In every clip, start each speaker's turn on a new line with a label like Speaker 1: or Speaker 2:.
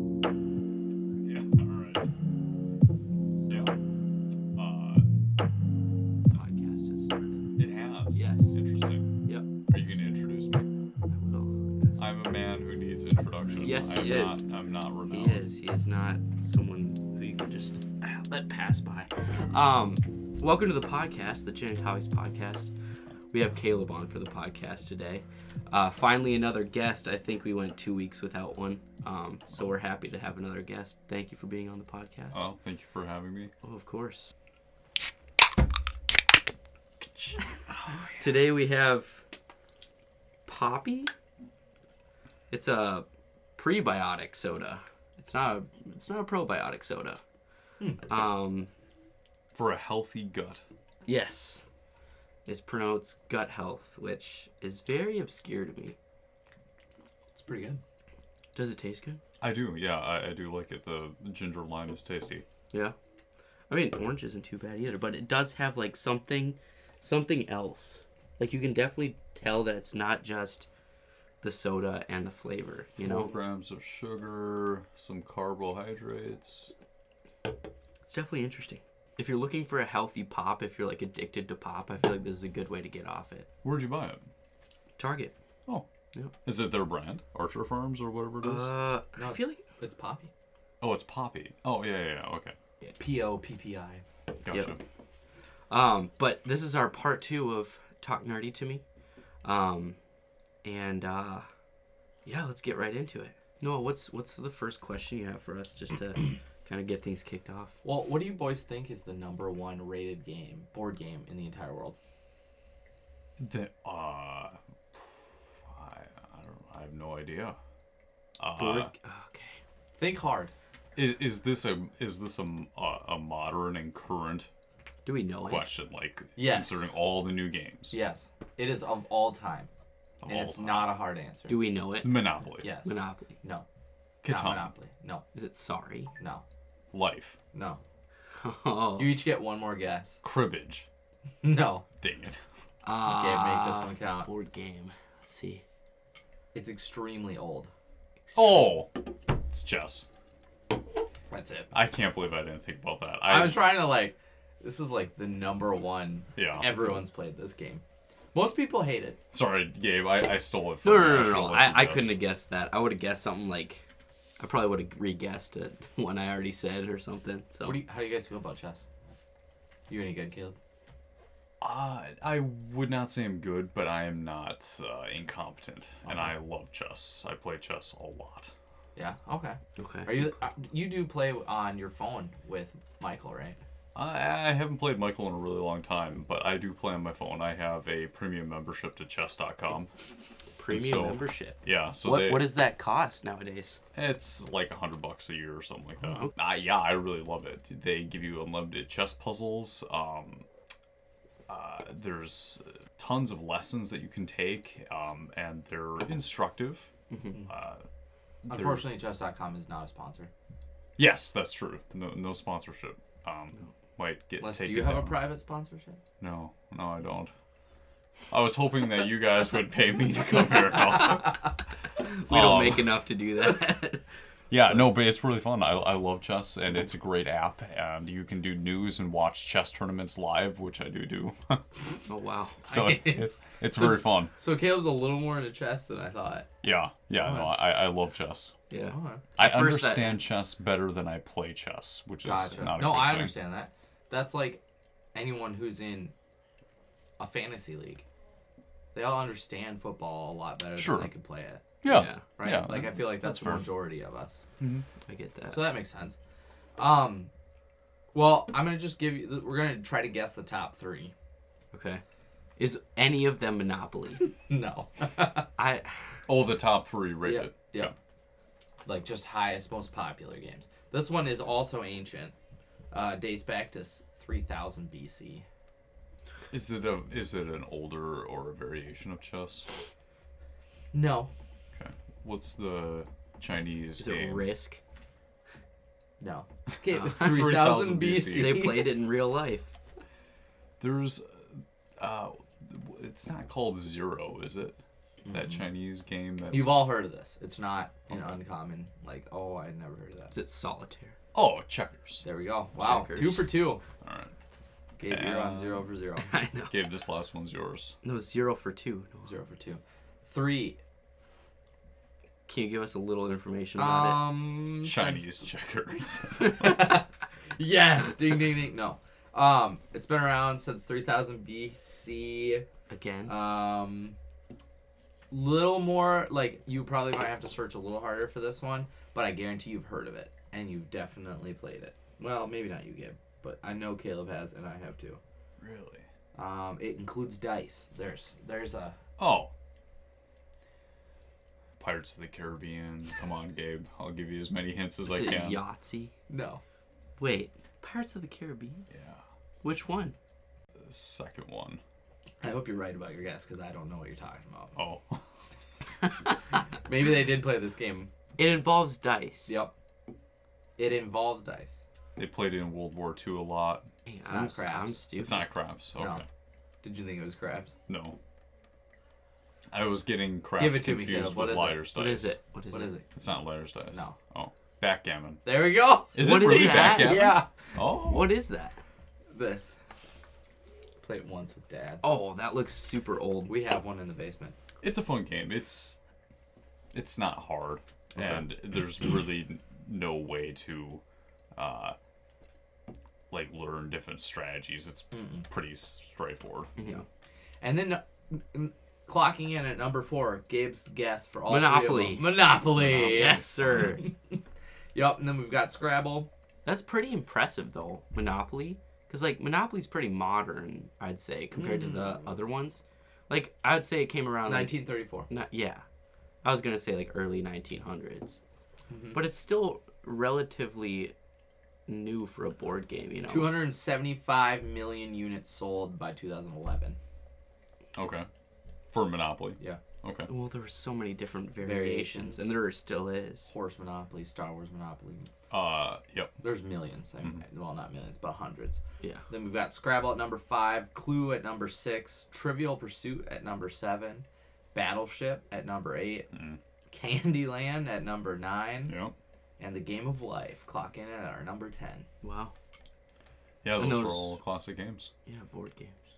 Speaker 1: uh, I'm
Speaker 2: He is.
Speaker 1: not. I'm not
Speaker 2: He
Speaker 1: renowned.
Speaker 2: is. He is not someone who you can just let pass by. Um, welcome to the podcast, the Gin and Comics podcast. We have Caleb on for the podcast today. Uh, finally, another guest. I think we went two weeks without one, um, so we're happy to have another guest. Thank you for being on the podcast.
Speaker 1: Oh, thank you for having me.
Speaker 2: Oh, of course. Today we have Poppy. It's a prebiotic soda. It's not a, it's not a probiotic soda.
Speaker 3: Hmm.
Speaker 2: Um,
Speaker 1: For a healthy gut.
Speaker 2: yes. It's pronounced gut health, which is very obscure to me.
Speaker 3: It's pretty good.
Speaker 2: Does it taste good?
Speaker 1: I do. Yeah, I, I do like it. The ginger lime is tasty.
Speaker 2: Yeah. I mean, orange isn't too bad either, but it does have like something, something else. Like you can definitely tell that it's not just the soda and the flavor. You
Speaker 1: Four
Speaker 2: know,
Speaker 1: grams of sugar, some carbohydrates.
Speaker 2: it's definitely interesting. If you're looking for a healthy pop, if you're like addicted to pop, I feel like this is a good way to get off it.
Speaker 1: Where'd you buy it?
Speaker 2: Target.
Speaker 1: Oh,
Speaker 2: Yep.
Speaker 1: is it their brand, Archer Farms or whatever it is?
Speaker 2: Uh, I
Speaker 3: it's-
Speaker 2: feel like
Speaker 3: It's Poppy.
Speaker 1: oh, it's Poppy. Oh, yeah, yeah, yeah. Okay,
Speaker 3: P O P P I.
Speaker 1: gotcha.
Speaker 2: Um, but this is our part two of Talk Nerdy to Me. Um, and uh, yeah, let's get right into it. Noah, what's what's the first question you have for us just to kind of get things kicked off?
Speaker 3: Well, what do you boys think is the number one rated game, board game in the entire world?
Speaker 1: The, uh, I, I don't. I have no idea. Uh,
Speaker 2: Board. okay.
Speaker 3: Think hard.
Speaker 1: Is, is this a is this a, m- a- a modern and current
Speaker 2: Do we know it?
Speaker 1: question? Like
Speaker 3: Yes.
Speaker 1: considering all the new games,
Speaker 3: Yes, it is of all time,
Speaker 1: of
Speaker 3: and
Speaker 1: all
Speaker 3: it's
Speaker 1: time.
Speaker 3: not a hard answer.
Speaker 2: Do we know it?
Speaker 1: Monopoly,
Speaker 3: yes.
Speaker 2: Monopoly.
Speaker 3: No.
Speaker 1: Catan,
Speaker 3: Not Monopoly. No.
Speaker 2: Is it sorry?
Speaker 3: No.
Speaker 1: Life,
Speaker 3: No.
Speaker 2: Oh.
Speaker 3: You each get one more guess.
Speaker 1: Cribbage.
Speaker 3: No.
Speaker 1: Dang it.
Speaker 2: Ah,
Speaker 1: Uh,
Speaker 3: make this one count.
Speaker 2: Board game. Let's see.
Speaker 3: It's extremely old.
Speaker 1: Oh, it's chess.
Speaker 3: That's it.
Speaker 1: I can't believe I didn't think about that.
Speaker 3: I
Speaker 1: I,
Speaker 3: was trying to like. This is like the number one.
Speaker 1: Yeah.
Speaker 3: Everyone's played this game. Most people hate it.
Speaker 1: sorry, Gabe. I, I stole it from. you.
Speaker 2: No, no, no, no.
Speaker 1: should've
Speaker 2: no.
Speaker 1: let you
Speaker 2: I, I
Speaker 1: guess.
Speaker 2: couldn't have guessed that. I would have guessed something like, I probably would have re-guessed it one I already said or something. So
Speaker 3: What do you, how do you guys feel about chess? You any good, Caleb?
Speaker 1: Uh, I would not say I'm good, but I am not uh, incompetent, and
Speaker 2: Uh-huh.
Speaker 1: I love chess. I play chess a lot.
Speaker 3: Yeah. Okay.
Speaker 2: okay.
Speaker 3: Are you? uh, You do play on your phone with Michael, right?
Speaker 1: I, I haven't played Michael in a really long time, but I do play on my phone. I have a premium membership to chess.com.
Speaker 2: Premium
Speaker 1: so-
Speaker 2: membership.
Speaker 1: Yeah, so
Speaker 2: What
Speaker 1: they,
Speaker 2: what does that cost nowadays?
Speaker 1: it's like a hundred bucks a year or something like
Speaker 3: Oh.
Speaker 1: that. Uh, yeah, I really love it. They give you unlimited chess puzzles. Um, uh, there's tons of lessons that you can take, um, and they're instructive.
Speaker 3: Unfortunately, chess.com is not a sponsor.
Speaker 1: Yes, that's true. No, no sponsorship. Um, might get
Speaker 3: Unless do
Speaker 1: taken
Speaker 3: you have a
Speaker 1: down.
Speaker 3: private sponsorship?
Speaker 1: No, no, I don't. I was hoping that you guys would pay me to come here. No.
Speaker 2: We don't
Speaker 1: Um,
Speaker 2: make enough to do that.
Speaker 1: Yeah, no, but it's really fun. I, I love chess, and it's a great app, and you can do news and watch chess tournaments live, which I do do.
Speaker 2: oh wow.
Speaker 1: so it, it's it's very fun.
Speaker 3: So Caleb's a little more into chess than I thought.
Speaker 1: Yeah, yeah, no, I, I love chess.
Speaker 2: Yeah.
Speaker 3: Alright.
Speaker 1: I
Speaker 2: At first I-
Speaker 1: understand chess better than I play chess, which is not a
Speaker 3: No,
Speaker 1: good
Speaker 3: I
Speaker 1: thing.
Speaker 3: understand that. That's like anyone who's in a fantasy league. They all understand football a lot better
Speaker 1: Sure.
Speaker 3: than they can play it,
Speaker 1: Yeah,
Speaker 2: Yeah.
Speaker 1: yeah,
Speaker 3: right? like I feel like
Speaker 1: that's
Speaker 3: that's, the
Speaker 1: fair.
Speaker 3: majority of us.
Speaker 2: I get that.
Speaker 3: So that makes sense. Um, well, I'm gonna just give you. We're gonna try to guess the top three.
Speaker 2: okay. Is any of them Monopoly?
Speaker 3: No.
Speaker 2: I
Speaker 1: oh, the top three
Speaker 3: Yeah.
Speaker 1: rated.
Speaker 3: Yeah. Like just highest, most popular games. This one is also ancient. Uh, dates back to s- 3000 BC.
Speaker 1: Is it a is it an older or a variation of chess?
Speaker 3: No.
Speaker 1: Okay. What's the Chinese
Speaker 2: is it
Speaker 1: game?
Speaker 2: Risk?
Speaker 3: No. Okay,
Speaker 1: 3000
Speaker 3: 3000 BC.
Speaker 1: BC.
Speaker 2: They played it in real life.
Speaker 1: There's, uh, it's not called Zero, is it? That Chinese game. That's...
Speaker 3: Mm-hmm. You've all heard of this. It's not an uncommon, like, oh, I never heard of that.
Speaker 2: Is it solitaire?
Speaker 1: Oh, checkers.
Speaker 3: There we go. Wow.
Speaker 2: Checkers.
Speaker 3: Two for two.
Speaker 1: All right.
Speaker 3: Gabe, you're on
Speaker 1: Um,
Speaker 3: zero for zero.
Speaker 2: I know.
Speaker 1: Gabe, this last one's yours.
Speaker 2: No, zero for two. No.
Speaker 3: Zero for two. Three.
Speaker 2: Can you give us a little information about it?
Speaker 3: Um, since-
Speaker 1: Chinese checkers.
Speaker 3: yes, ding ding ding. No, um, it's been around since 3000 BC.
Speaker 2: Again,
Speaker 3: Um, little more like you probably might have to search a little harder for this one, but I guarantee you've heard of it and you've definitely played it. Well, maybe not you, Gib, but I know Caleb has and I have too.
Speaker 1: really?
Speaker 3: Um, it includes dice. There's there's a
Speaker 1: Oh. Pirates of the Caribbean. Come on, Gabe. I'll give you as many hints as
Speaker 2: is
Speaker 1: I
Speaker 2: it
Speaker 1: can.
Speaker 2: Yahtzee?
Speaker 3: no.
Speaker 2: Wait, Pirates of the Caribbean?
Speaker 1: Yeah.
Speaker 2: Which one?
Speaker 1: The second one.
Speaker 3: I hope you're right about your guess because I don't know what you're talking about.
Speaker 1: Oh.
Speaker 3: Maybe they did play this game.
Speaker 2: It involves dice.
Speaker 3: Yep. It involves dice.
Speaker 1: They played it in World War II a lot.
Speaker 2: Man,
Speaker 3: It's
Speaker 2: I'm,
Speaker 3: not craps.
Speaker 2: I'm
Speaker 3: It's
Speaker 2: stupid.
Speaker 1: It's not craps. Okay.
Speaker 3: No. Did you think it was crabs?
Speaker 1: No. I was getting craps
Speaker 3: Give it to me,
Speaker 1: confused
Speaker 3: Caleb. What
Speaker 1: with
Speaker 3: is it?
Speaker 1: liar's dice.
Speaker 2: What is it? What is
Speaker 3: what
Speaker 2: it?
Speaker 3: is it?
Speaker 1: It's not liar's dice.
Speaker 3: No.
Speaker 1: Oh, backgammon.
Speaker 3: There we go.
Speaker 1: Is
Speaker 2: What
Speaker 1: it
Speaker 2: is
Speaker 1: really
Speaker 2: that?
Speaker 1: backgammon?
Speaker 3: Yeah.
Speaker 1: Oh.
Speaker 2: What is that?
Speaker 3: This. Played it once with dad.
Speaker 2: Oh, that looks super old.
Speaker 3: We have one in the basement.
Speaker 1: It's a fun game. It's it's not hard, and there's really no way to uh, like learn different strategies. It's pretty straightforward.
Speaker 3: Yeah. And then n- n- clocking in at number four, Gabe's guess for all three of
Speaker 2: Monopoly.
Speaker 3: them. Monopoly.
Speaker 2: Oh, yes, sir.
Speaker 3: Yep. And then we've got Scrabble.
Speaker 2: That's pretty impressive, though. Monopoly, because like Monopoly's pretty modern, I'd say, compared to
Speaker 3: Mm.
Speaker 2: the other ones. Like I'd say it came around like,
Speaker 3: 1934.
Speaker 2: Not, yeah, I was gonna say like early 1900s,
Speaker 3: Mm-hmm.
Speaker 2: but it's still relatively new for a board game. You know,
Speaker 3: 275 million units sold by 2011.
Speaker 1: Okay, for Monopoly.
Speaker 3: Yeah.
Speaker 1: Okay,
Speaker 2: well, there were so many different variations, and there still is.
Speaker 3: Horse Monopoly, Star Wars Monopoly.
Speaker 1: uh, yep.
Speaker 3: There's millions. I mean, Well, not millions, but hundreds.
Speaker 2: Yeah.
Speaker 3: Then we've got Scrabble at number five, Clue at number six, Trivial Pursuit at number seven, Battleship at number eight, Candyland at number nine,
Speaker 1: Mm. Yeah,
Speaker 3: and The Game of Life clock in at our number ten.
Speaker 2: Wow.
Speaker 1: yeah. Those
Speaker 2: knows-
Speaker 1: were all classic games.
Speaker 2: Yeah, board games.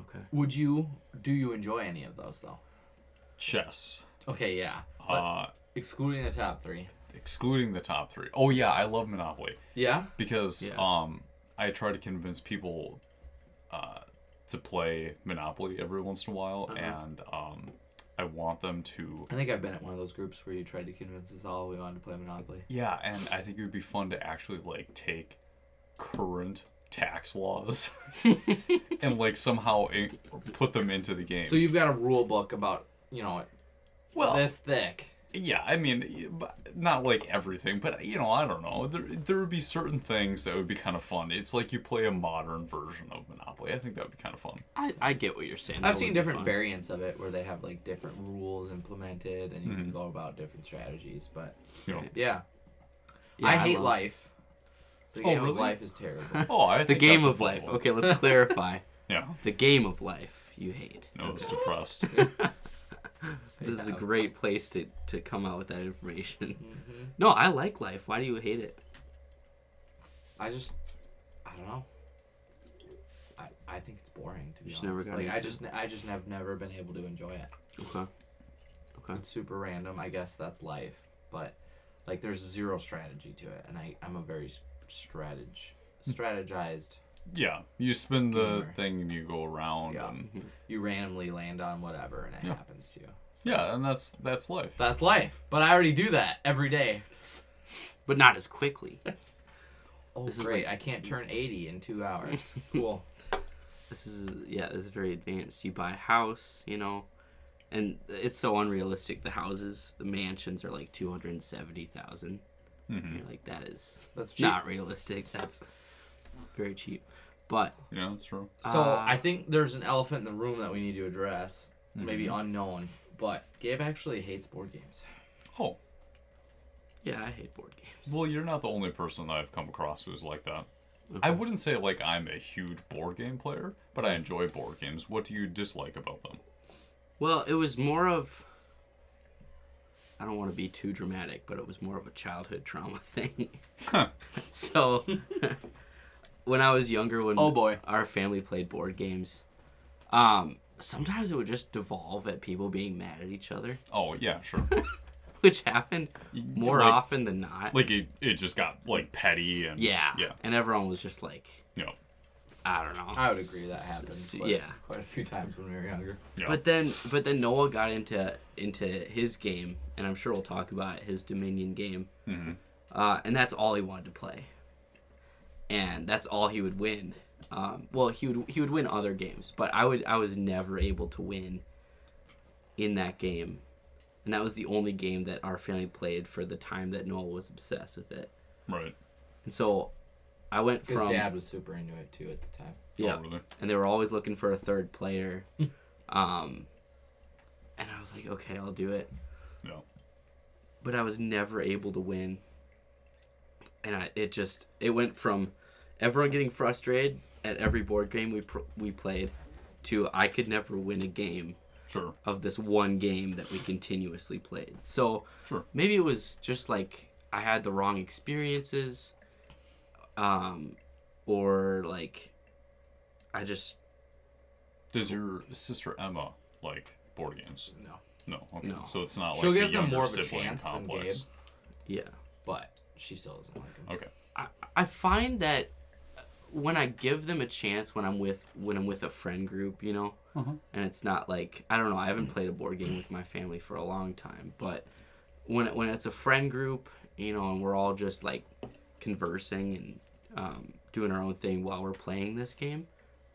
Speaker 2: Okay.
Speaker 3: Would you do you enjoy any of those though?
Speaker 1: Chess,
Speaker 3: Okay, yeah, but
Speaker 1: uh,
Speaker 3: excluding the top three.
Speaker 1: excluding the top three. Oh yeah, I love Monopoly.
Speaker 3: Yeah,
Speaker 1: because
Speaker 2: Yeah.
Speaker 1: um I try to convince people uh, to play Monopoly every once in a while,
Speaker 3: Uh-huh.
Speaker 1: and um, I want them to.
Speaker 3: I think I've been at one of those groups where you tried to convince us all we wanted to play Monopoly.
Speaker 1: Yeah, and I think it would be fun to actually like take current tax laws and like somehow in- put them into the game.
Speaker 3: So you've got a rule book about you know
Speaker 1: well,
Speaker 3: this thick.
Speaker 1: yeah, I mean, but not like everything, but you know, I don't know. There there would be certain things that would be kind of fun. It's like you play a modern version of Monopoly. I think that would be kind of fun.
Speaker 2: I, I get what you're saying. That
Speaker 3: I've
Speaker 2: would
Speaker 3: seen
Speaker 2: be
Speaker 3: different
Speaker 2: fun.
Speaker 3: variants of it where they have like different rules implemented and you
Speaker 2: Mm-hmm.
Speaker 3: can go about different strategies. But
Speaker 1: You know.
Speaker 3: yeah,
Speaker 2: Yeah,
Speaker 3: I hate
Speaker 2: love- Oh,
Speaker 3: life. The game of
Speaker 1: really?
Speaker 3: life is terrible.
Speaker 1: Oh, I
Speaker 2: The
Speaker 1: think
Speaker 2: game
Speaker 1: that's a
Speaker 2: of
Speaker 1: fun
Speaker 2: life.
Speaker 1: one.
Speaker 2: Okay, let's clarify.
Speaker 1: Yeah.
Speaker 2: The game of life you hate.
Speaker 1: No, it's depressed.
Speaker 2: This is a great place to, to come out with that information.
Speaker 3: Mm-hmm.
Speaker 2: No, I like life. Why do you hate it?
Speaker 3: I just, I don't know. I, I think it's boring to be
Speaker 2: just
Speaker 3: honest.
Speaker 2: never got
Speaker 3: like I
Speaker 2: into
Speaker 3: just I just have never been able to enjoy it.
Speaker 2: Okay. Okay.
Speaker 3: It's super random. I guess that's life. But like there's zero strategy to it, and I I'm a very s- strateg
Speaker 2: Hmm.
Speaker 3: strategized.
Speaker 1: yeah, you spin the
Speaker 3: Gamer.
Speaker 1: thing and you go around.
Speaker 3: Yeah.
Speaker 1: And,
Speaker 3: You randomly land on whatever, and it
Speaker 1: Yeah.
Speaker 3: happens to you.
Speaker 1: yeah, and that's that's life.
Speaker 3: That's life. But I already do that every day.
Speaker 2: But not as quickly.
Speaker 3: Oh,
Speaker 2: This is
Speaker 3: great. I can't turn 80 in two hours. cool.
Speaker 2: This is yeah, this is very advanced. You buy a house, you know, and it's so unrealistic. The houses, the mansions are like two hundred and seventy thousand. You're like, that is
Speaker 3: That's cheap.
Speaker 2: not realistic. That's very cheap. But
Speaker 1: yeah, that's true.
Speaker 3: So
Speaker 2: Uh,
Speaker 3: I think there's an elephant in the room that we need to address.
Speaker 2: Mm-hmm.
Speaker 3: Maybe unknown. But Gabe actually hates board games.
Speaker 1: Oh,
Speaker 2: yeah, I hate board games.
Speaker 1: well, you're not the only person that I've come across who's like that. I wouldn't say like I'm a huge board game player, but I enjoy board games. What do you dislike about them?
Speaker 2: Well, it was more of I don't want to be too dramatic, but it was more of a childhood trauma thing.
Speaker 1: Huh.
Speaker 2: So when I was younger, when
Speaker 3: Oh, boy.
Speaker 2: our family played board games, um, sometimes it would just devolve at people being mad at each other.
Speaker 1: Oh yeah, sure.
Speaker 2: which happened
Speaker 1: You-
Speaker 2: more
Speaker 1: like,
Speaker 2: often than not.
Speaker 1: Like it, it just got like petty and
Speaker 2: yeah.
Speaker 1: yeah,
Speaker 2: And everyone was just like,
Speaker 1: you know,
Speaker 2: I don't know.
Speaker 3: I would agree that
Speaker 2: S-
Speaker 3: happened.
Speaker 2: s-
Speaker 3: quite-
Speaker 2: yeah.
Speaker 3: Quite a few times when we were younger.
Speaker 1: yeah.
Speaker 2: But then, but then Noah got into into his game, and I'm sure we'll talk about his Dominion game.
Speaker 1: Mhm.
Speaker 2: Uh, and that's all he wanted to play, and that's all he would win. Um, well, he would he would win other games, but I would I was never able to win in that game, and that was the only game that our family played for the time that Noah was obsessed with it.
Speaker 1: right.
Speaker 2: And so, I went
Speaker 3: His
Speaker 2: from
Speaker 3: dad was super into it too at the time.
Speaker 2: yeah,
Speaker 1: Oh, really?
Speaker 2: and they were always looking for a third player. um, and I was like, okay, I'll do it.
Speaker 1: No.
Speaker 2: But I was never able to win. And I, it just, it went from everyone getting frustrated at every board game we pr- we played, to I could never win a game
Speaker 1: Sure.
Speaker 2: of this one game that we continuously played. So
Speaker 1: Sure.
Speaker 2: maybe it was just like I had the wrong experiences, um, or like I just
Speaker 1: Does your sister Emma like board games?
Speaker 3: No.
Speaker 1: No. Okay.
Speaker 2: No.
Speaker 1: So it's not like
Speaker 3: She'll
Speaker 1: the
Speaker 3: give them
Speaker 1: younger
Speaker 3: more of a
Speaker 1: sibling
Speaker 3: chance than
Speaker 1: complex.
Speaker 2: yeah.
Speaker 3: But she still doesn't like him.
Speaker 1: Okay.
Speaker 2: I, I find that uh, when I give them a chance when I'm with when I'm with a friend group, you know, and it's not like I don't know. I haven't played a board game with my family for a long time, but when it, when it's a friend group, you know, and we're all just like conversing and um, doing our own thing while we're playing this game,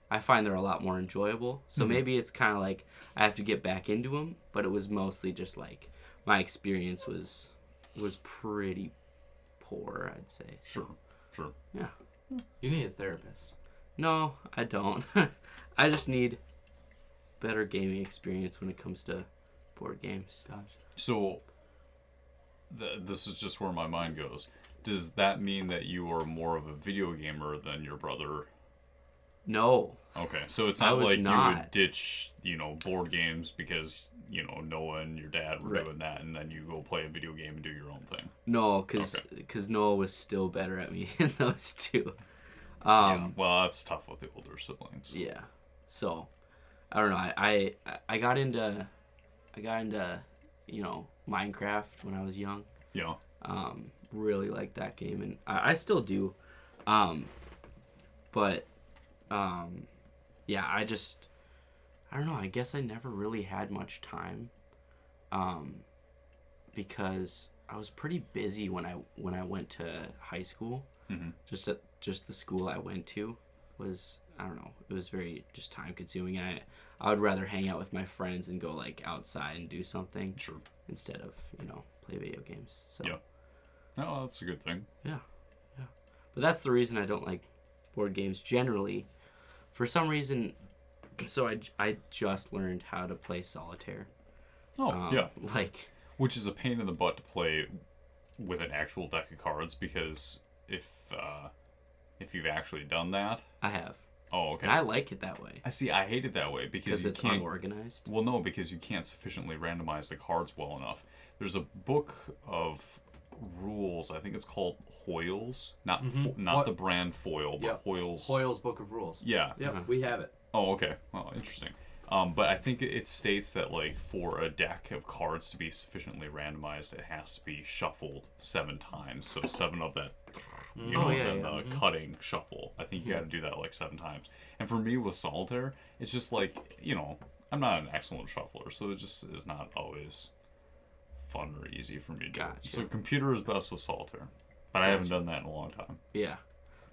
Speaker 2: I find they're a lot more enjoyable. So maybe it's kind of like I have to get back into them, but it was mostly just like my experience was was pretty poor, I'd say.
Speaker 1: Sure. Sure.
Speaker 2: Yeah.
Speaker 3: You need a therapist.
Speaker 2: No, I don't. I just need better gaming experience when it comes to board games.
Speaker 3: Gosh.
Speaker 1: So, th- this is just where my mind goes. Does that mean that you are more of a video gamer than your brother?
Speaker 2: No.
Speaker 1: Okay, so it's
Speaker 2: I
Speaker 1: not
Speaker 2: was
Speaker 1: like you would
Speaker 2: not.
Speaker 1: ditch, you know, board games because you know Noah and your dad were
Speaker 2: Right.
Speaker 1: doing that, and then you go play a video game and do your own thing.
Speaker 2: No, cuz cuz Noah was still better at me in those two. Um
Speaker 1: Well, that's tough with the older siblings.
Speaker 2: yeah. So, I don't know. I I I got into I got into, you know, Minecraft when I was young.
Speaker 1: Yeah.
Speaker 2: um, really like that game and I, I still do um, but um, yeah i just i don't know i guess i never really had much time um, because i was pretty busy when i when i went to high school
Speaker 1: Mhm.
Speaker 2: just at just the school i went to was i don't know it was very just time consuming and i i would rather hang out with my friends and go like outside and do something
Speaker 1: Sure.
Speaker 2: instead of you know play video games so
Speaker 1: Yeah. No, that's a good thing.
Speaker 2: yeah, yeah. But that's the reason I don't like board games generally. For some reason, so I, I just learned how to play solitaire.
Speaker 1: Oh,
Speaker 2: Um,
Speaker 1: yeah.
Speaker 2: Like,
Speaker 1: Which is a pain in the butt to play with an actual deck of cards because if uh, if you've actually done that,
Speaker 2: I have.
Speaker 1: oh, okay.
Speaker 2: And I like it that way
Speaker 1: I see. I hate it that way because
Speaker 2: because
Speaker 1: you
Speaker 2: it's
Speaker 1: can't.
Speaker 2: unorganized.
Speaker 1: Well, no, because you can't sufficiently randomize the cards well enough. There's a book of rules. I think it's called Hoyles, not fo- not
Speaker 3: What-
Speaker 1: the brand foil, but
Speaker 3: Yep.
Speaker 1: Hoyles.
Speaker 3: Hoyle's Book of Rules.
Speaker 1: Yeah.
Speaker 3: Yep,
Speaker 2: Uh-huh.
Speaker 3: we have it.
Speaker 1: Oh, okay. Well, interesting. Um, but I think it- it states that like for a deck of cards to be sufficiently randomized, it has to be shuffled seven times. So seven of that, you know,
Speaker 2: Oh, yeah, Hmm.
Speaker 1: the,
Speaker 2: yeah.
Speaker 1: the cutting shuffle. I think you got to do that like seven times. And for me with solitaire, it's just like you know, I'm not an excellent shuffler, so it just is not always fun or easy for me to do.
Speaker 2: Gotcha.
Speaker 1: So computer is best with solitaire, but I haven't done that in a long time.
Speaker 2: Yeah,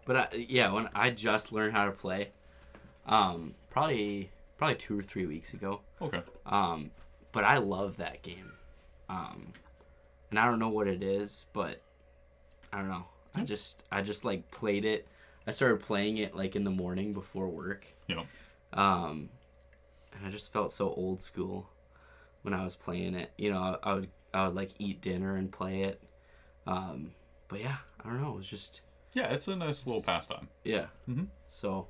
Speaker 2: but I, yeah, when I just learned how to play, um, probably probably two or three weeks ago.
Speaker 1: Okay.
Speaker 2: Um, but I love that game. Um, and I don't know what it is, but I don't know. I just I just like played it. I started playing it like in the morning before work.
Speaker 1: You know.
Speaker 2: Um, and I just felt so old school when I was playing it. You know, I, I would I would like eat dinner and play it. Um, but yeah, I don't know. It was just
Speaker 1: Yeah, it's a nice little pastime.
Speaker 2: yeah.
Speaker 1: Mhm.
Speaker 2: So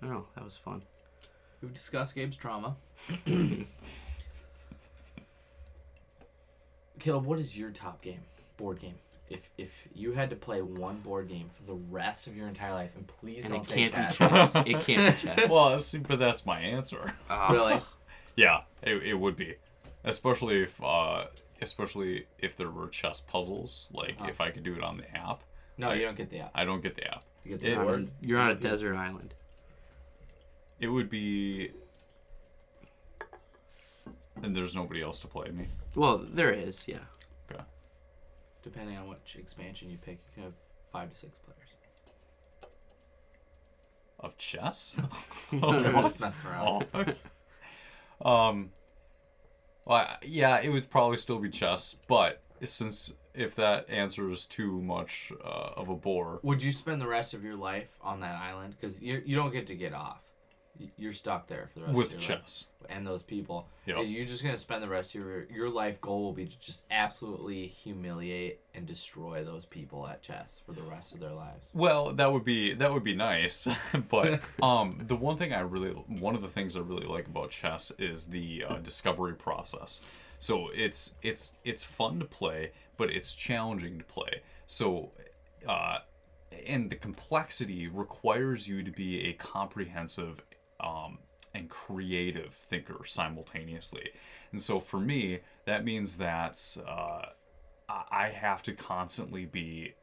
Speaker 2: I don't know. That was fun.
Speaker 3: We've discussed Gabe's trauma. Caleb, what is your top game? Board game. If if you had to play one board game for the rest of your entire life, and please
Speaker 2: And
Speaker 3: don't
Speaker 2: it
Speaker 3: say
Speaker 2: can't be
Speaker 3: chess.
Speaker 2: chess. It can't be chess.
Speaker 1: Well, see, but that's my answer.
Speaker 2: Ah.
Speaker 3: Really?
Speaker 1: Yeah, it, it would be, especially if uh, especially if there were chess puzzles. Like if I could do it on the app,
Speaker 3: No, you don't get the app.
Speaker 1: I don't get the app.
Speaker 3: You get the
Speaker 1: It,
Speaker 2: You're
Speaker 3: board.
Speaker 2: on a- You're on a desert island.
Speaker 1: it would be, and there's nobody else to play me.
Speaker 2: Well, there is, yeah.
Speaker 1: Okay.
Speaker 3: Depending on which expansion you pick, you can have five to six players.
Speaker 1: Of chess?
Speaker 3: I'm
Speaker 1: What?
Speaker 3: just messing around.
Speaker 1: Oh, okay. um, well, I- yeah, it would probably still be chess, but since if that answers too much uh, of a bore,
Speaker 3: Would you spend the rest of your life on that island? Because you you don't get to get off. Y- You're stuck there for the rest of
Speaker 1: with
Speaker 3: your
Speaker 1: chess,
Speaker 3: life. and those people.
Speaker 1: Yeah.
Speaker 3: Is You're just gonna spend the rest of your your life goal will be to just absolutely humiliate and destroy those people at chess for the rest of their lives.
Speaker 1: well, that would be that would be nice. but um, the one thing I really, one of the things I really like about chess is the uh, discovery process. So it's it's it's fun to play, but it's challenging to play. So. Uh, and the complexity requires you to be a comprehensive um, and creative thinker simultaneously. And so for me, that means that uh, I I have to constantly be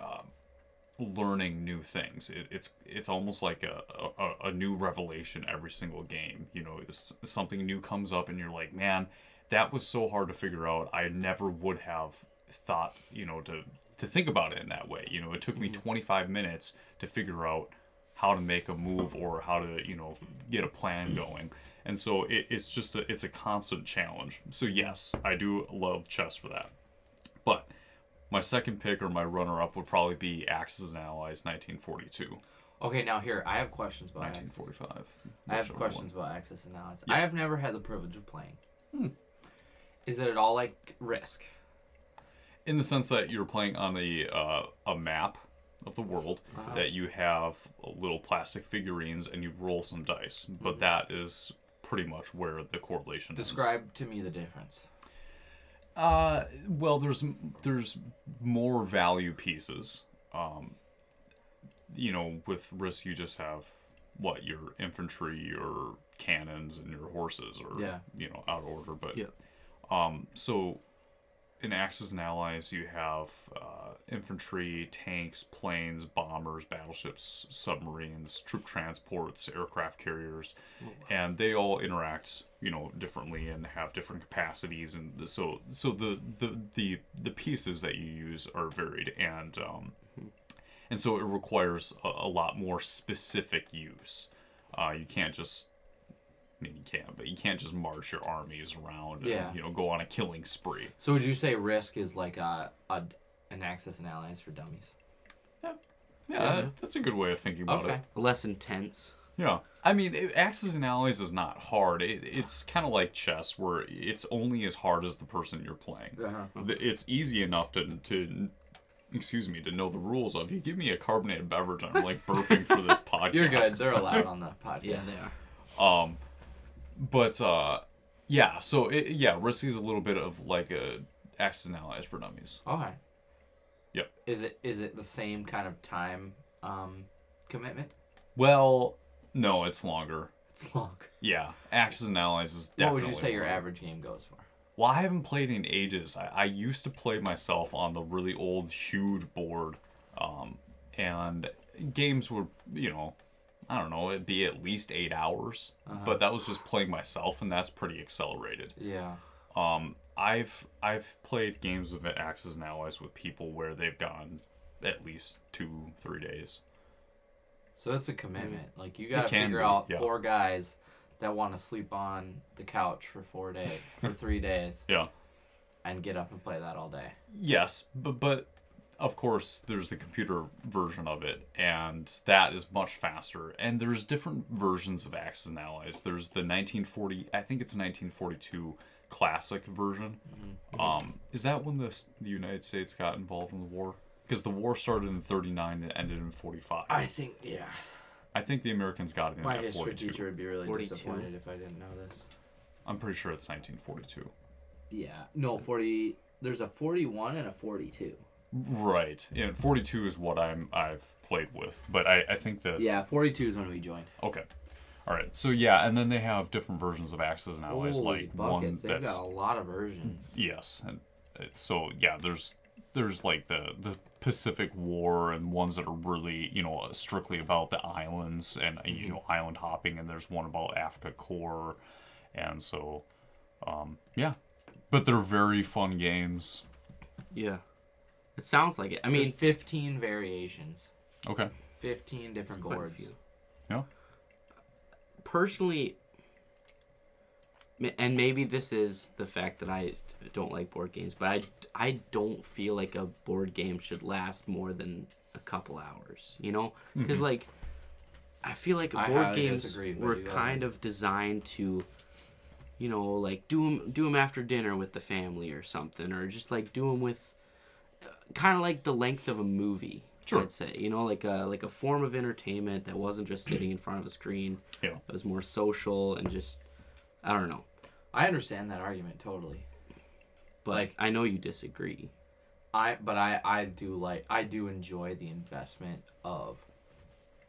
Speaker 1: um, learning new things. It, it's it's almost like a, a, a new revelation every single game. You know, it's, something new comes up, and you're like, man, that was so hard to figure out. I never would have thought, you know, to to think about it in that way. You know, it took me 25 minutes to figure out how to make a move or how to you know get a plan going and so it, it's just a, it's a constant challenge so yes i do love chess for that but my second pick or my runner-up would probably be axis and allies 1942
Speaker 3: Okay, now here I have questions about Axis.
Speaker 1: 1945
Speaker 3: I have
Speaker 1: whichever
Speaker 3: questions about Axis and Allies. I have never had the privilege of playing. Is it at all like Risk?
Speaker 1: one. in the sense that you're playing on a uh, a map of the world
Speaker 3: Uh-huh.
Speaker 1: that you have little plastic figurines and you roll some dice but that is pretty much where the correlation ends.
Speaker 3: Mm-hmm. Describe to me the difference.
Speaker 1: Uh, well, there's there's more value pieces. Um, you know, with risk, you just have what your infantry, your cannons, and your horses, or
Speaker 3: Yeah.
Speaker 1: you know, out of order. But
Speaker 2: Yeah.
Speaker 1: um, so in Axis and Allies, you have uh, infantry, tanks, planes, bombers, battleships, submarines, troop transports, aircraft carriers, and they all interact, you know, differently and have different capacities. And th- so, so the the the the pieces that you use are varied, and um, and so it requires a, a lot more specific use. Uh, you can't just I mean, you can, but you can't just march your armies around and
Speaker 3: Yeah.
Speaker 1: you know go on a killing spree.
Speaker 3: So would you say Risk is like a, a an Axis and Allies for dummies?
Speaker 1: Yeah, that- that's a good way of thinking about
Speaker 3: Okay.
Speaker 1: it.
Speaker 2: Less intense.
Speaker 1: Yeah, I mean, it, axes and allies is not hard. It, it's kind of like chess, where it's only as hard as the person you're playing.
Speaker 3: Uh-huh.
Speaker 1: Th- It's easy enough to to excuse me to know the rules of. You give me a carbonated beverage, I'm like burping through this podcast.
Speaker 3: You're good. They're allowed on the podcast.
Speaker 2: Yeah, they are.
Speaker 1: but uh, yeah, so it, yeah, risk is a little bit of like a axes and allies for dummies.
Speaker 3: All right.
Speaker 1: Yep.
Speaker 3: Is it is it the same kind of time um, commitment?
Speaker 1: Well, no, it's longer.
Speaker 3: It's long.
Speaker 1: Yeah, Axis and Allies is
Speaker 3: What
Speaker 1: definitely.
Speaker 3: would you say your
Speaker 1: one.
Speaker 3: average game goes for?
Speaker 1: Well, I haven't played in ages. I, I used to play myself on the really old, huge board, um, and games were, you know, I don't know, it'd be at least eight hours. But that was just playing myself, and that's pretty accelerated.
Speaker 3: Yeah.
Speaker 1: Um, I've I've played games of Axis and Allies with people where they've gone at least two, three days.
Speaker 3: So it's a commitment. Like you gotta
Speaker 1: can
Speaker 3: figure
Speaker 1: be,
Speaker 3: out
Speaker 1: yeah.
Speaker 3: four guys that want to sleep on the couch for four days, for three days,
Speaker 1: Yeah.
Speaker 3: and get up and play that all day.
Speaker 1: Yes, but but of course there's the computer version of it, and that is much faster. And there's different versions of Axis and Allies. There's the 1940, I think it's 1942 classic version. Um, is that when the, s- the United States got involved in the war? Because the war started in 39 and ended in 45. I,
Speaker 3: think yeah.
Speaker 1: think the Americans got it in
Speaker 3: My
Speaker 1: at
Speaker 3: history
Speaker 1: 42.
Speaker 3: teacher would be really
Speaker 2: 42.
Speaker 3: disappointed if I didn't know this.
Speaker 1: I'm pretty sure it's 1942.
Speaker 3: Yeah. No, forty. There's a forty-one and a forty-two.
Speaker 1: Right. Yeah, 42 is what I'm I've played with, but I I think that
Speaker 3: Yeah, forty-two is when we joined.
Speaker 1: Okay. All right. So yeah, and then they have different versions of axes and allies,
Speaker 3: Holy
Speaker 1: like
Speaker 3: buckets.
Speaker 1: one
Speaker 3: They've
Speaker 1: that's
Speaker 3: got a lot of versions.
Speaker 1: yes, and uh, so yeah, there's there's like the the Pacific War and ones that are really you know strictly about the islands and uh,
Speaker 3: Mm-hmm.
Speaker 1: you know island hopping, and there's one about Africa Core, and so um, yeah, but they're very fun games.
Speaker 2: Yeah. It sounds like it. I
Speaker 3: I
Speaker 2: mean,
Speaker 3: mean, 15 variations,
Speaker 1: Okay.
Speaker 3: 15 different
Speaker 2: quite a
Speaker 3: boards.
Speaker 2: few.
Speaker 1: Yeah.
Speaker 2: personally m- and maybe this is the fact that I don't like board games, but I I don't feel like a board game should last more than a couple hours, you know? because like I feel like
Speaker 3: I
Speaker 2: board
Speaker 3: highly
Speaker 2: games
Speaker 3: disagree, but
Speaker 2: were
Speaker 3: you go
Speaker 2: kind of designed to, you know, like do them after dinner with the family or something, or just like do them with, uh, kind of like the length of a movie.
Speaker 1: Sure.
Speaker 2: I'd say you know like a like a form of entertainment that wasn't just sitting in front of a screen.
Speaker 1: Yeah.
Speaker 2: That was more social and just I don't know,
Speaker 3: I understand that argument totally.
Speaker 2: but
Speaker 3: Like-
Speaker 2: I know you disagree.
Speaker 3: I but I I do like I do enjoy the investment of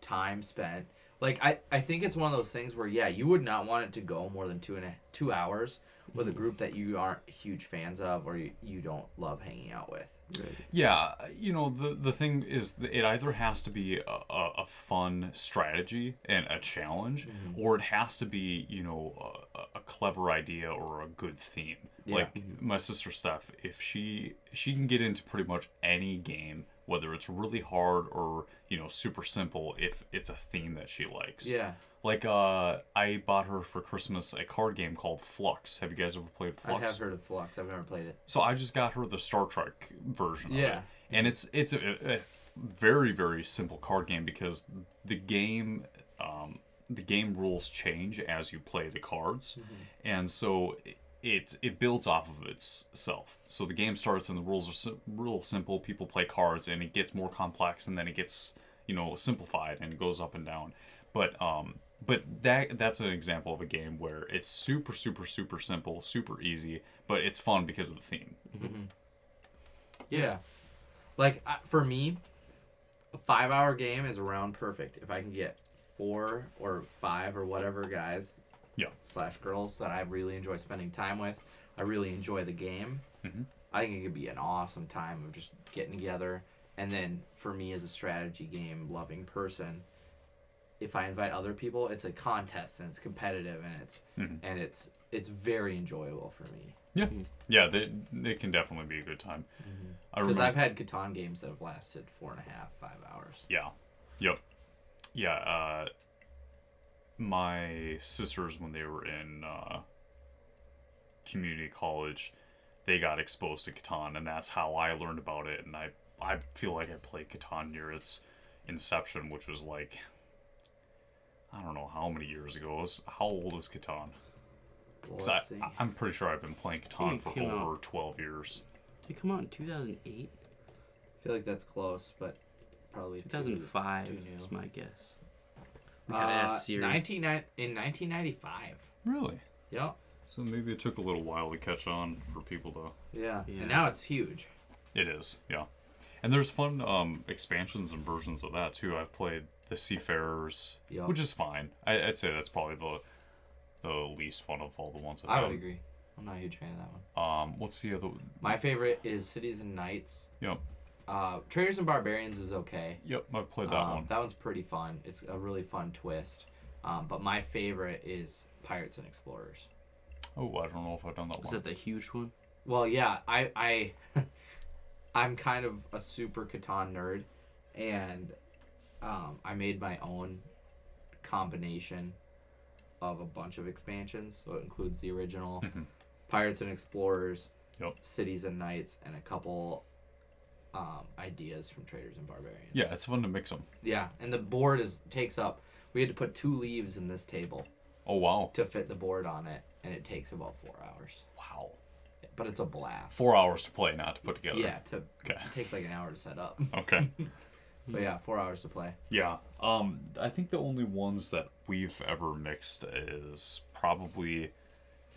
Speaker 3: time spent. Like I I think it's one of those things where yeah you would not want it to go more than two and a two hours with a group that you aren't huge fans of or you, you don't love hanging out with.
Speaker 1: Yeah, you know the the thing is, th- it either has to be a, a, a fun strategy and a challenge,
Speaker 3: Mm-hmm.
Speaker 1: or it has to be you know a, a- a clever idea or a good theme.
Speaker 3: Yeah. mm-hmm.
Speaker 1: Like my sister Steph, if she she can get into pretty much any game, whether it's really hard or you know super simple, if it's a theme that she likes.
Speaker 3: Yeah,
Speaker 1: Like uh, I bought her for Christmas a card game called Flux. Have you guys ever played Flux?
Speaker 3: I have heard of Flux. I've never played it.
Speaker 1: So I just got her the Star Trek version. Of
Speaker 3: Yeah.
Speaker 1: it. and it's it's a, a very very simple card game because the game um, the game rules change as you play the cards, and so it it builds off of itself. So the game starts and the rules are sim- real simple. People play cards, and it gets more complex, and then it gets you know simplified and goes up and down. But um, but that that's an example of a game where it's super super super simple, super easy, but it's fun because of the theme.
Speaker 3: Yeah, like I, for me, a five hour game is around perfect if I can get four or five or whatever guys
Speaker 1: Yeah.
Speaker 3: slash girls that I really enjoy spending time with. I really enjoy the game.
Speaker 1: Mhm.
Speaker 3: I think it could be an awesome time of just getting together. And then for me as a strategy game loving person, if I invite other people, it's a contest and it's competitive and it's and it's it's very enjoyable for me
Speaker 1: Yeah, yeah, they they can definitely be a good time. I
Speaker 3: because
Speaker 1: remember.
Speaker 3: Mm-hmm. I've had Catan games that have lasted four and a half, five hours.
Speaker 1: yeah, yep, yeah. Uh, my sisters when they were in uh, community college, they got exposed to Catan, and that's how I learned about it. And I I feel like I played Catan near its inception, which was like. I don't know how many years ago. It was- How old is Catan?
Speaker 3: Well,
Speaker 1: 'Cause
Speaker 3: let's see.
Speaker 1: I, I'm pretty sure I've been playing Catan
Speaker 2: it
Speaker 1: for
Speaker 2: came out-
Speaker 1: over 12 years.
Speaker 2: Did it come out in 2008,
Speaker 3: I feel like that's close, but probably too-
Speaker 2: 2005
Speaker 3: too new.
Speaker 2: is my guess. We
Speaker 3: Uh,
Speaker 2: gotta ask Siri.
Speaker 3: 19, in 1995.
Speaker 1: Really?
Speaker 3: Yep.
Speaker 1: So maybe it took a little while to catch on for people to.
Speaker 3: Yeah.
Speaker 2: Yeah.
Speaker 3: And now it's huge.
Speaker 1: It is, yeah. And there's fun um, expansions and versions of that too. I've played the Seafarers,
Speaker 3: Yeah.
Speaker 1: which is fine. I, I'd say that's probably the the least fun of all the ones I've
Speaker 3: I would
Speaker 1: done.
Speaker 3: agree. I'm not a huge fan of that one.
Speaker 1: Um, what's the other?
Speaker 3: My favorite is Cities and Knights.
Speaker 1: Yep,
Speaker 3: Uh, Traders and Barbarians is okay.
Speaker 1: yep. I've played that
Speaker 3: um,
Speaker 1: one.
Speaker 3: That one's pretty fun. It's a really fun twist. Um, but my favorite is Pirates and Explorers.
Speaker 1: Oh, I don't know if I've done that
Speaker 2: Is
Speaker 1: one.
Speaker 2: that the huge one?
Speaker 3: Well, yeah, I, I, I'm kind of a super Catan nerd, and um, I made my own combination of a bunch of expansions. So it includes the original Pirates and Explorers,
Speaker 1: Yep.
Speaker 3: Cities and Knights, and a couple um, ideas from Traders and Barbarians.
Speaker 1: Yeah, it's fun to mix them.
Speaker 3: Yeah, and the board is takes up. We had to put two leaves in this table
Speaker 1: Oh wow,
Speaker 3: to fit the board on it, and it takes about four hours.
Speaker 1: wow.
Speaker 3: But it's a blast.
Speaker 1: Four hours to play, not to put together.
Speaker 3: Yeah, to,
Speaker 1: Okay.
Speaker 3: it takes like an hour to set up.
Speaker 1: Okay.
Speaker 3: But yeah, four hours to play.
Speaker 1: Yeah. Um, I think the only ones that we've ever mixed is probably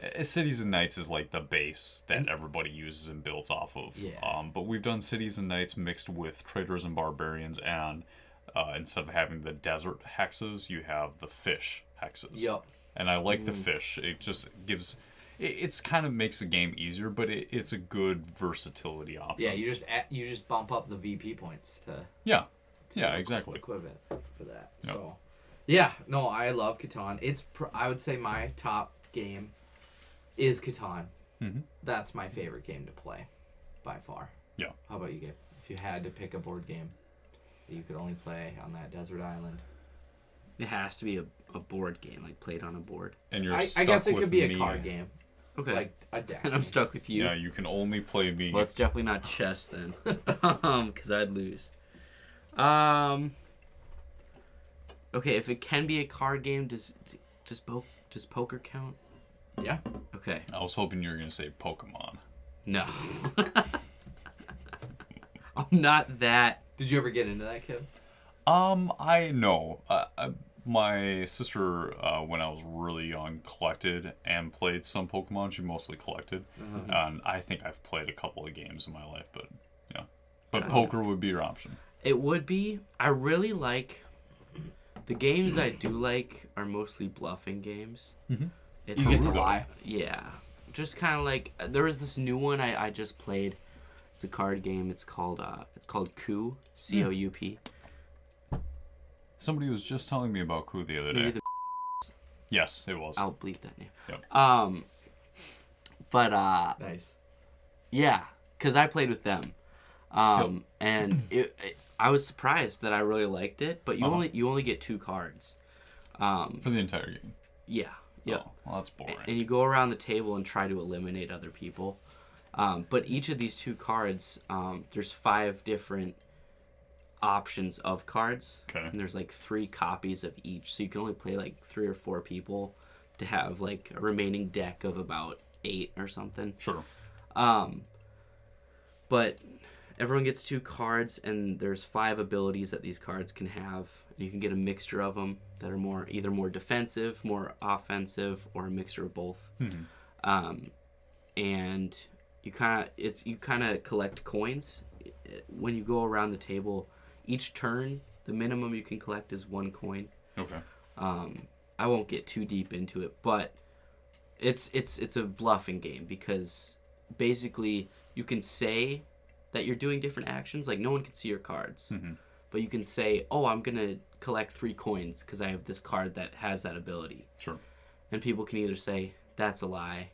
Speaker 1: uh, Cities and Knights is like the base that everybody uses and builds off of.
Speaker 3: Mm. Yeah.
Speaker 1: Um, but we've done Cities and Knights mixed with Traders and Barbarians, and uh, instead of having the desert hexes, you have the fish hexes.
Speaker 3: Yep.
Speaker 1: And I like
Speaker 3: Mm-hmm.
Speaker 1: the fish. It just gives. It, it's kind of makes the game easier, but it, it's a good versatility option.
Speaker 3: Yeah, you just add, you just bump up the VP points to
Speaker 1: yeah. Yeah, exactly.
Speaker 3: equivalent for that.
Speaker 1: Yep.
Speaker 3: So, yeah, no, I love Catan. It's pr- I would say my top game is Catan.
Speaker 1: Mhm.
Speaker 3: That's my favorite game to play, by far.
Speaker 1: Yeah.
Speaker 3: How about you, Gabe? If you had to pick a board game that you could only play on that desert island,
Speaker 2: It has to be a, a board game, like played on a board.
Speaker 1: And you're
Speaker 3: I, I
Speaker 1: stuck
Speaker 3: guess it
Speaker 1: with
Speaker 3: could be
Speaker 1: me.
Speaker 3: a card game,
Speaker 2: Okay.
Speaker 3: like a deck.
Speaker 2: and I'm stuck with you.
Speaker 1: Yeah, you can only play me.
Speaker 2: Well, it's definitely not chess then, because I'd lose. Um. Okay, if it can be a card game, does does bo- does poker count?
Speaker 3: Yeah.
Speaker 2: Okay.
Speaker 1: I was hoping you were gonna say Pokemon.
Speaker 2: No. I'm not that.
Speaker 3: Did you ever get into that, Kib?
Speaker 1: Um, I know. Uh, I, my sister, uh, when I was really young, collected and played some Pokemon. She mostly collected,
Speaker 2: Mm-hmm.
Speaker 1: and I think I've played a couple of games in my life, but yeah. But poker would be your option.
Speaker 2: It would be. I really like. The games I do like are mostly bluffing games. It's
Speaker 3: Mm-hmm. You get to
Speaker 1: Perugo.
Speaker 3: lie.
Speaker 2: Yeah. Just kind of like there was this new one I, I just played. It's a card game. It's called uh it's called Coup, C O U P.
Speaker 3: Mm.
Speaker 1: Somebody was just telling me about Ku the other
Speaker 2: Maybe
Speaker 1: day.
Speaker 2: the
Speaker 1: Yes, it was.
Speaker 2: I'll bleep that name.
Speaker 1: Yep.
Speaker 2: Um but uh
Speaker 3: Nice.
Speaker 2: yeah, cuz I played with them. Um and it, it, I was surprised that I really liked it, but you
Speaker 1: Uh-huh.
Speaker 2: only you only get two cards. Um
Speaker 1: For the entire game.
Speaker 2: yeah. Yeah.
Speaker 1: Oh, well, that's boring.
Speaker 2: and you go around the table and try to eliminate other people. Um, but each of these two cards, um, there's five different options of cards,
Speaker 1: Okay.
Speaker 2: and there's like three copies of each, so you can only play like three or four people to have like a remaining deck of about eight or something.
Speaker 1: sure.
Speaker 2: Um, but everyone gets two cards, and there's five abilities that these cards can have. And you can get a mixture of them that are more either more defensive, more offensive, or a mixture of both. Um, and you kind of it's you kind of collect coins when you go around the table. Each turn, the minimum you can collect is one coin.
Speaker 1: Okay.
Speaker 2: Um, I won't get too deep into it, but it's it's it's a bluffing game because basically you can say that you're doing different actions. Like no one can see your cards, but you can say, "Oh, I'm gonna collect three coins because I have this card that has that ability."
Speaker 1: Sure.
Speaker 2: And people can either say that's a lie,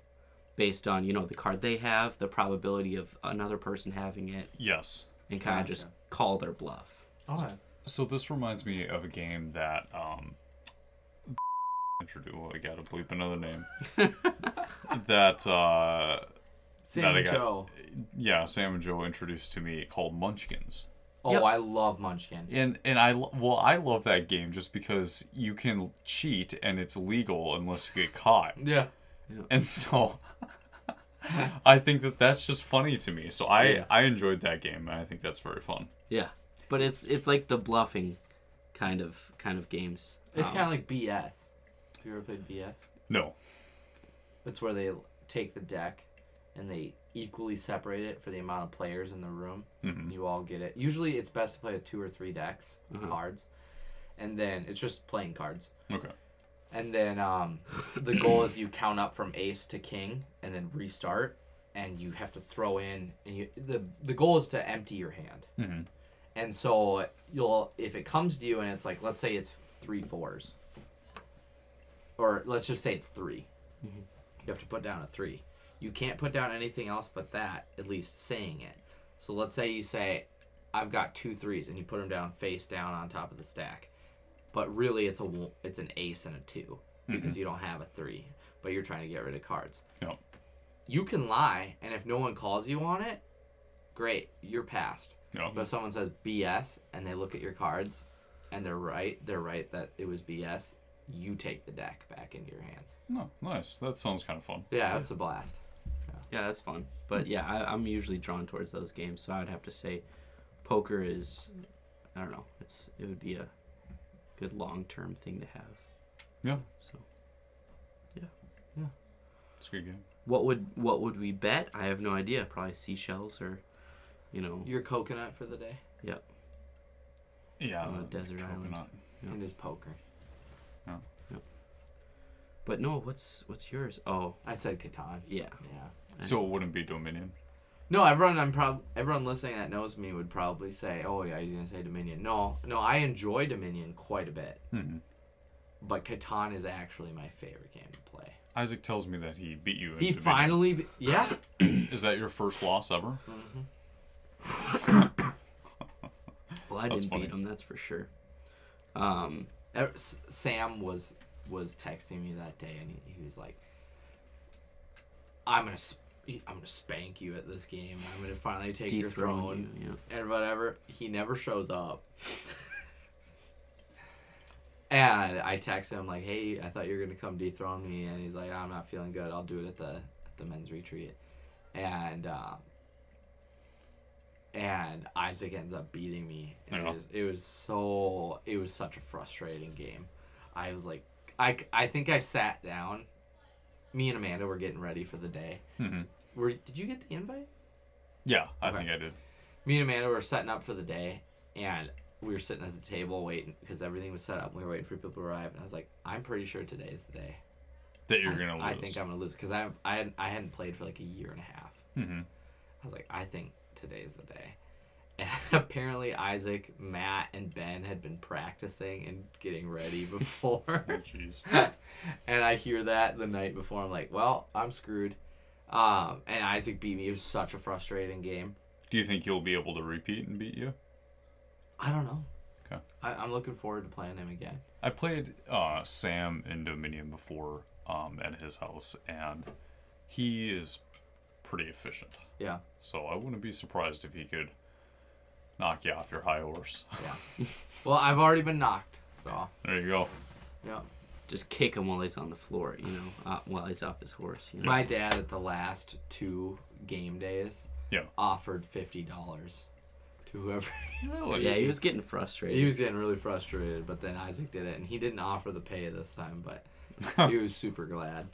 Speaker 2: based on you know the card they have, the probability of another person having it,
Speaker 1: Yes.
Speaker 2: and kind of just call their bluff.
Speaker 3: Oh,
Speaker 1: So this reminds me of a game that um introduced. I gotta bleep another name. that uh
Speaker 3: Sam
Speaker 1: I
Speaker 3: and
Speaker 1: got-
Speaker 3: Joe.
Speaker 1: yeah, Sam and Joe introduced to me called Munchkins.
Speaker 3: Oh,
Speaker 2: Yep.
Speaker 3: I love Munchkin.
Speaker 1: And and I lo- well I love that game just because you can cheat and it's legal unless you get caught.
Speaker 3: Yeah.
Speaker 1: And so I think that that's just funny to me. So I I enjoyed that game and I think that's very fun.
Speaker 2: Yeah, but it's it's like the bluffing kind of kind of games.
Speaker 3: It's
Speaker 2: Um,
Speaker 3: kind of like BS. Have you ever played BS?
Speaker 1: No.
Speaker 3: It's where they take the deck and they equally separate it for the amount of players in the room.
Speaker 1: Mhm.
Speaker 3: You all get it. Usually it's best to play with two or three decks, of cards. And then it's just playing cards.
Speaker 1: Okay.
Speaker 3: And then um, the goal is you count up from ace to king and then restart. And you have to throw in, and you, the the goal is to empty your hand.
Speaker 1: Mhm.
Speaker 3: And so you'll if it comes to you and it's like let's say it's three fours, or let's just say it's 3 You have to put down a three. You can't put down anything else but that. At least saying it. So let's say you say, "I've got two threes and you put them down face down on top of the stack but really it's a wo- it's an ace and a two because you don't have a three, but you're trying to get rid of cards.
Speaker 1: No.
Speaker 3: You can lie, and if no one calls you on it, great, you're passed.
Speaker 1: No.
Speaker 3: But if someone says BS and they look at your cards, and they're right, they're right that it was BS. You take the deck back into your hands.
Speaker 1: No. Nice. That sounds kind of fun.
Speaker 3: Yeah, that's a blast.
Speaker 2: Yeah, that's fun. But yeah, I, I'm usually drawn towards those games, so I would have to say, poker is, I don't know, it's it would be a good long term thing to have.
Speaker 1: Yeah.
Speaker 2: So,
Speaker 1: It's a good game.
Speaker 2: what would what would we bet? I have no idea. Probably seashells or, you know,
Speaker 3: Your coconut for the day
Speaker 2: yep.
Speaker 1: Yeah.
Speaker 2: On a
Speaker 1: the
Speaker 2: desert island.
Speaker 1: coconut.
Speaker 2: Yeah.
Speaker 3: and his poker.
Speaker 2: But no, what's what's yours? Oh,
Speaker 3: I said Catan.
Speaker 2: yeah.
Speaker 3: Yeah.
Speaker 1: So it wouldn't be Dominion.
Speaker 3: No, everyone I'm prob everyone listening that knows me would probably say, "Oh yeah, he's gonna say Dominion." No, no, I enjoy Dominion quite a bit,
Speaker 1: Mhm.
Speaker 3: but Catan is actually my favorite game to play.
Speaker 1: Isaac tells me that he beat you. In
Speaker 3: He
Speaker 1: Dominion.
Speaker 3: finally, be- yeah,
Speaker 1: Is that your first loss ever?
Speaker 2: Well,
Speaker 1: That's
Speaker 2: I didn't beat
Speaker 1: funny.
Speaker 2: him, that's for sure. Um,
Speaker 3: Er, S- Sam was was texting me that day, and he, he was like, "I'm gonna, sp- I'm gonna spank you at this game. I'm gonna finally take your
Speaker 2: dethrone
Speaker 3: throne."
Speaker 2: you. Yeah.
Speaker 3: and whatever. He never shows up. and I text him like, "Hey, I thought you were gonna come dethrone me," and he's like, "I'm not feeling good. I'll do it at the at the men's retreat." And um, and Isaac ends up beating me. And
Speaker 1: Yeah.
Speaker 3: it, was, it was so it was such a frustrating game. I was like, I I think I sat down. Me and Amanda were getting ready for the day.
Speaker 1: Mhm.
Speaker 3: Were did you get the invite?
Speaker 1: Yeah, I
Speaker 3: Okay.
Speaker 1: think I did.
Speaker 3: me and Amanda were setting up for the day, and we were sitting at the table waiting because everything was set up. And we were waiting for people to arrive, and I was like, "I'm pretty sure today is the day.
Speaker 1: That you're
Speaker 3: I-
Speaker 1: gonna lose.
Speaker 3: I think I'm gonna lose because I I hadn't, I hadn't played for like a year and a half.
Speaker 1: Mhm.
Speaker 3: I was like, I think today is the day. And apparently Isaac, Matt, and Ben had been practicing and getting ready before.
Speaker 1: Oh, jeez.
Speaker 3: and I hear that the night before. I'm like, well, I'm screwed. Um, and Isaac beat me. It was such a frustrating game.
Speaker 1: Do you think you'll be able to repeat and beat you?
Speaker 3: I don't know.
Speaker 1: Okay.
Speaker 3: I, I'm looking forward to playing him again.
Speaker 1: I played uh, Sam in Dominion before um, at his house, and he is pretty efficient.
Speaker 3: Yeah.
Speaker 1: So I wouldn't be surprised if he could knock you off your high horse.
Speaker 3: Yeah. well, I've already been knocked, so
Speaker 1: there you go.
Speaker 3: yeah.
Speaker 2: Just kick him while he's on the floor, you know, uh, while he's off his horse. You know?
Speaker 3: My dad at the last two game days
Speaker 1: Yeah.
Speaker 3: offered fifty dollars to whoever.
Speaker 1: Really?
Speaker 2: yeah, he was getting frustrated.
Speaker 3: he was getting really frustrated, but then Isaac did it, and he didn't offer the pay this time, but he was super glad.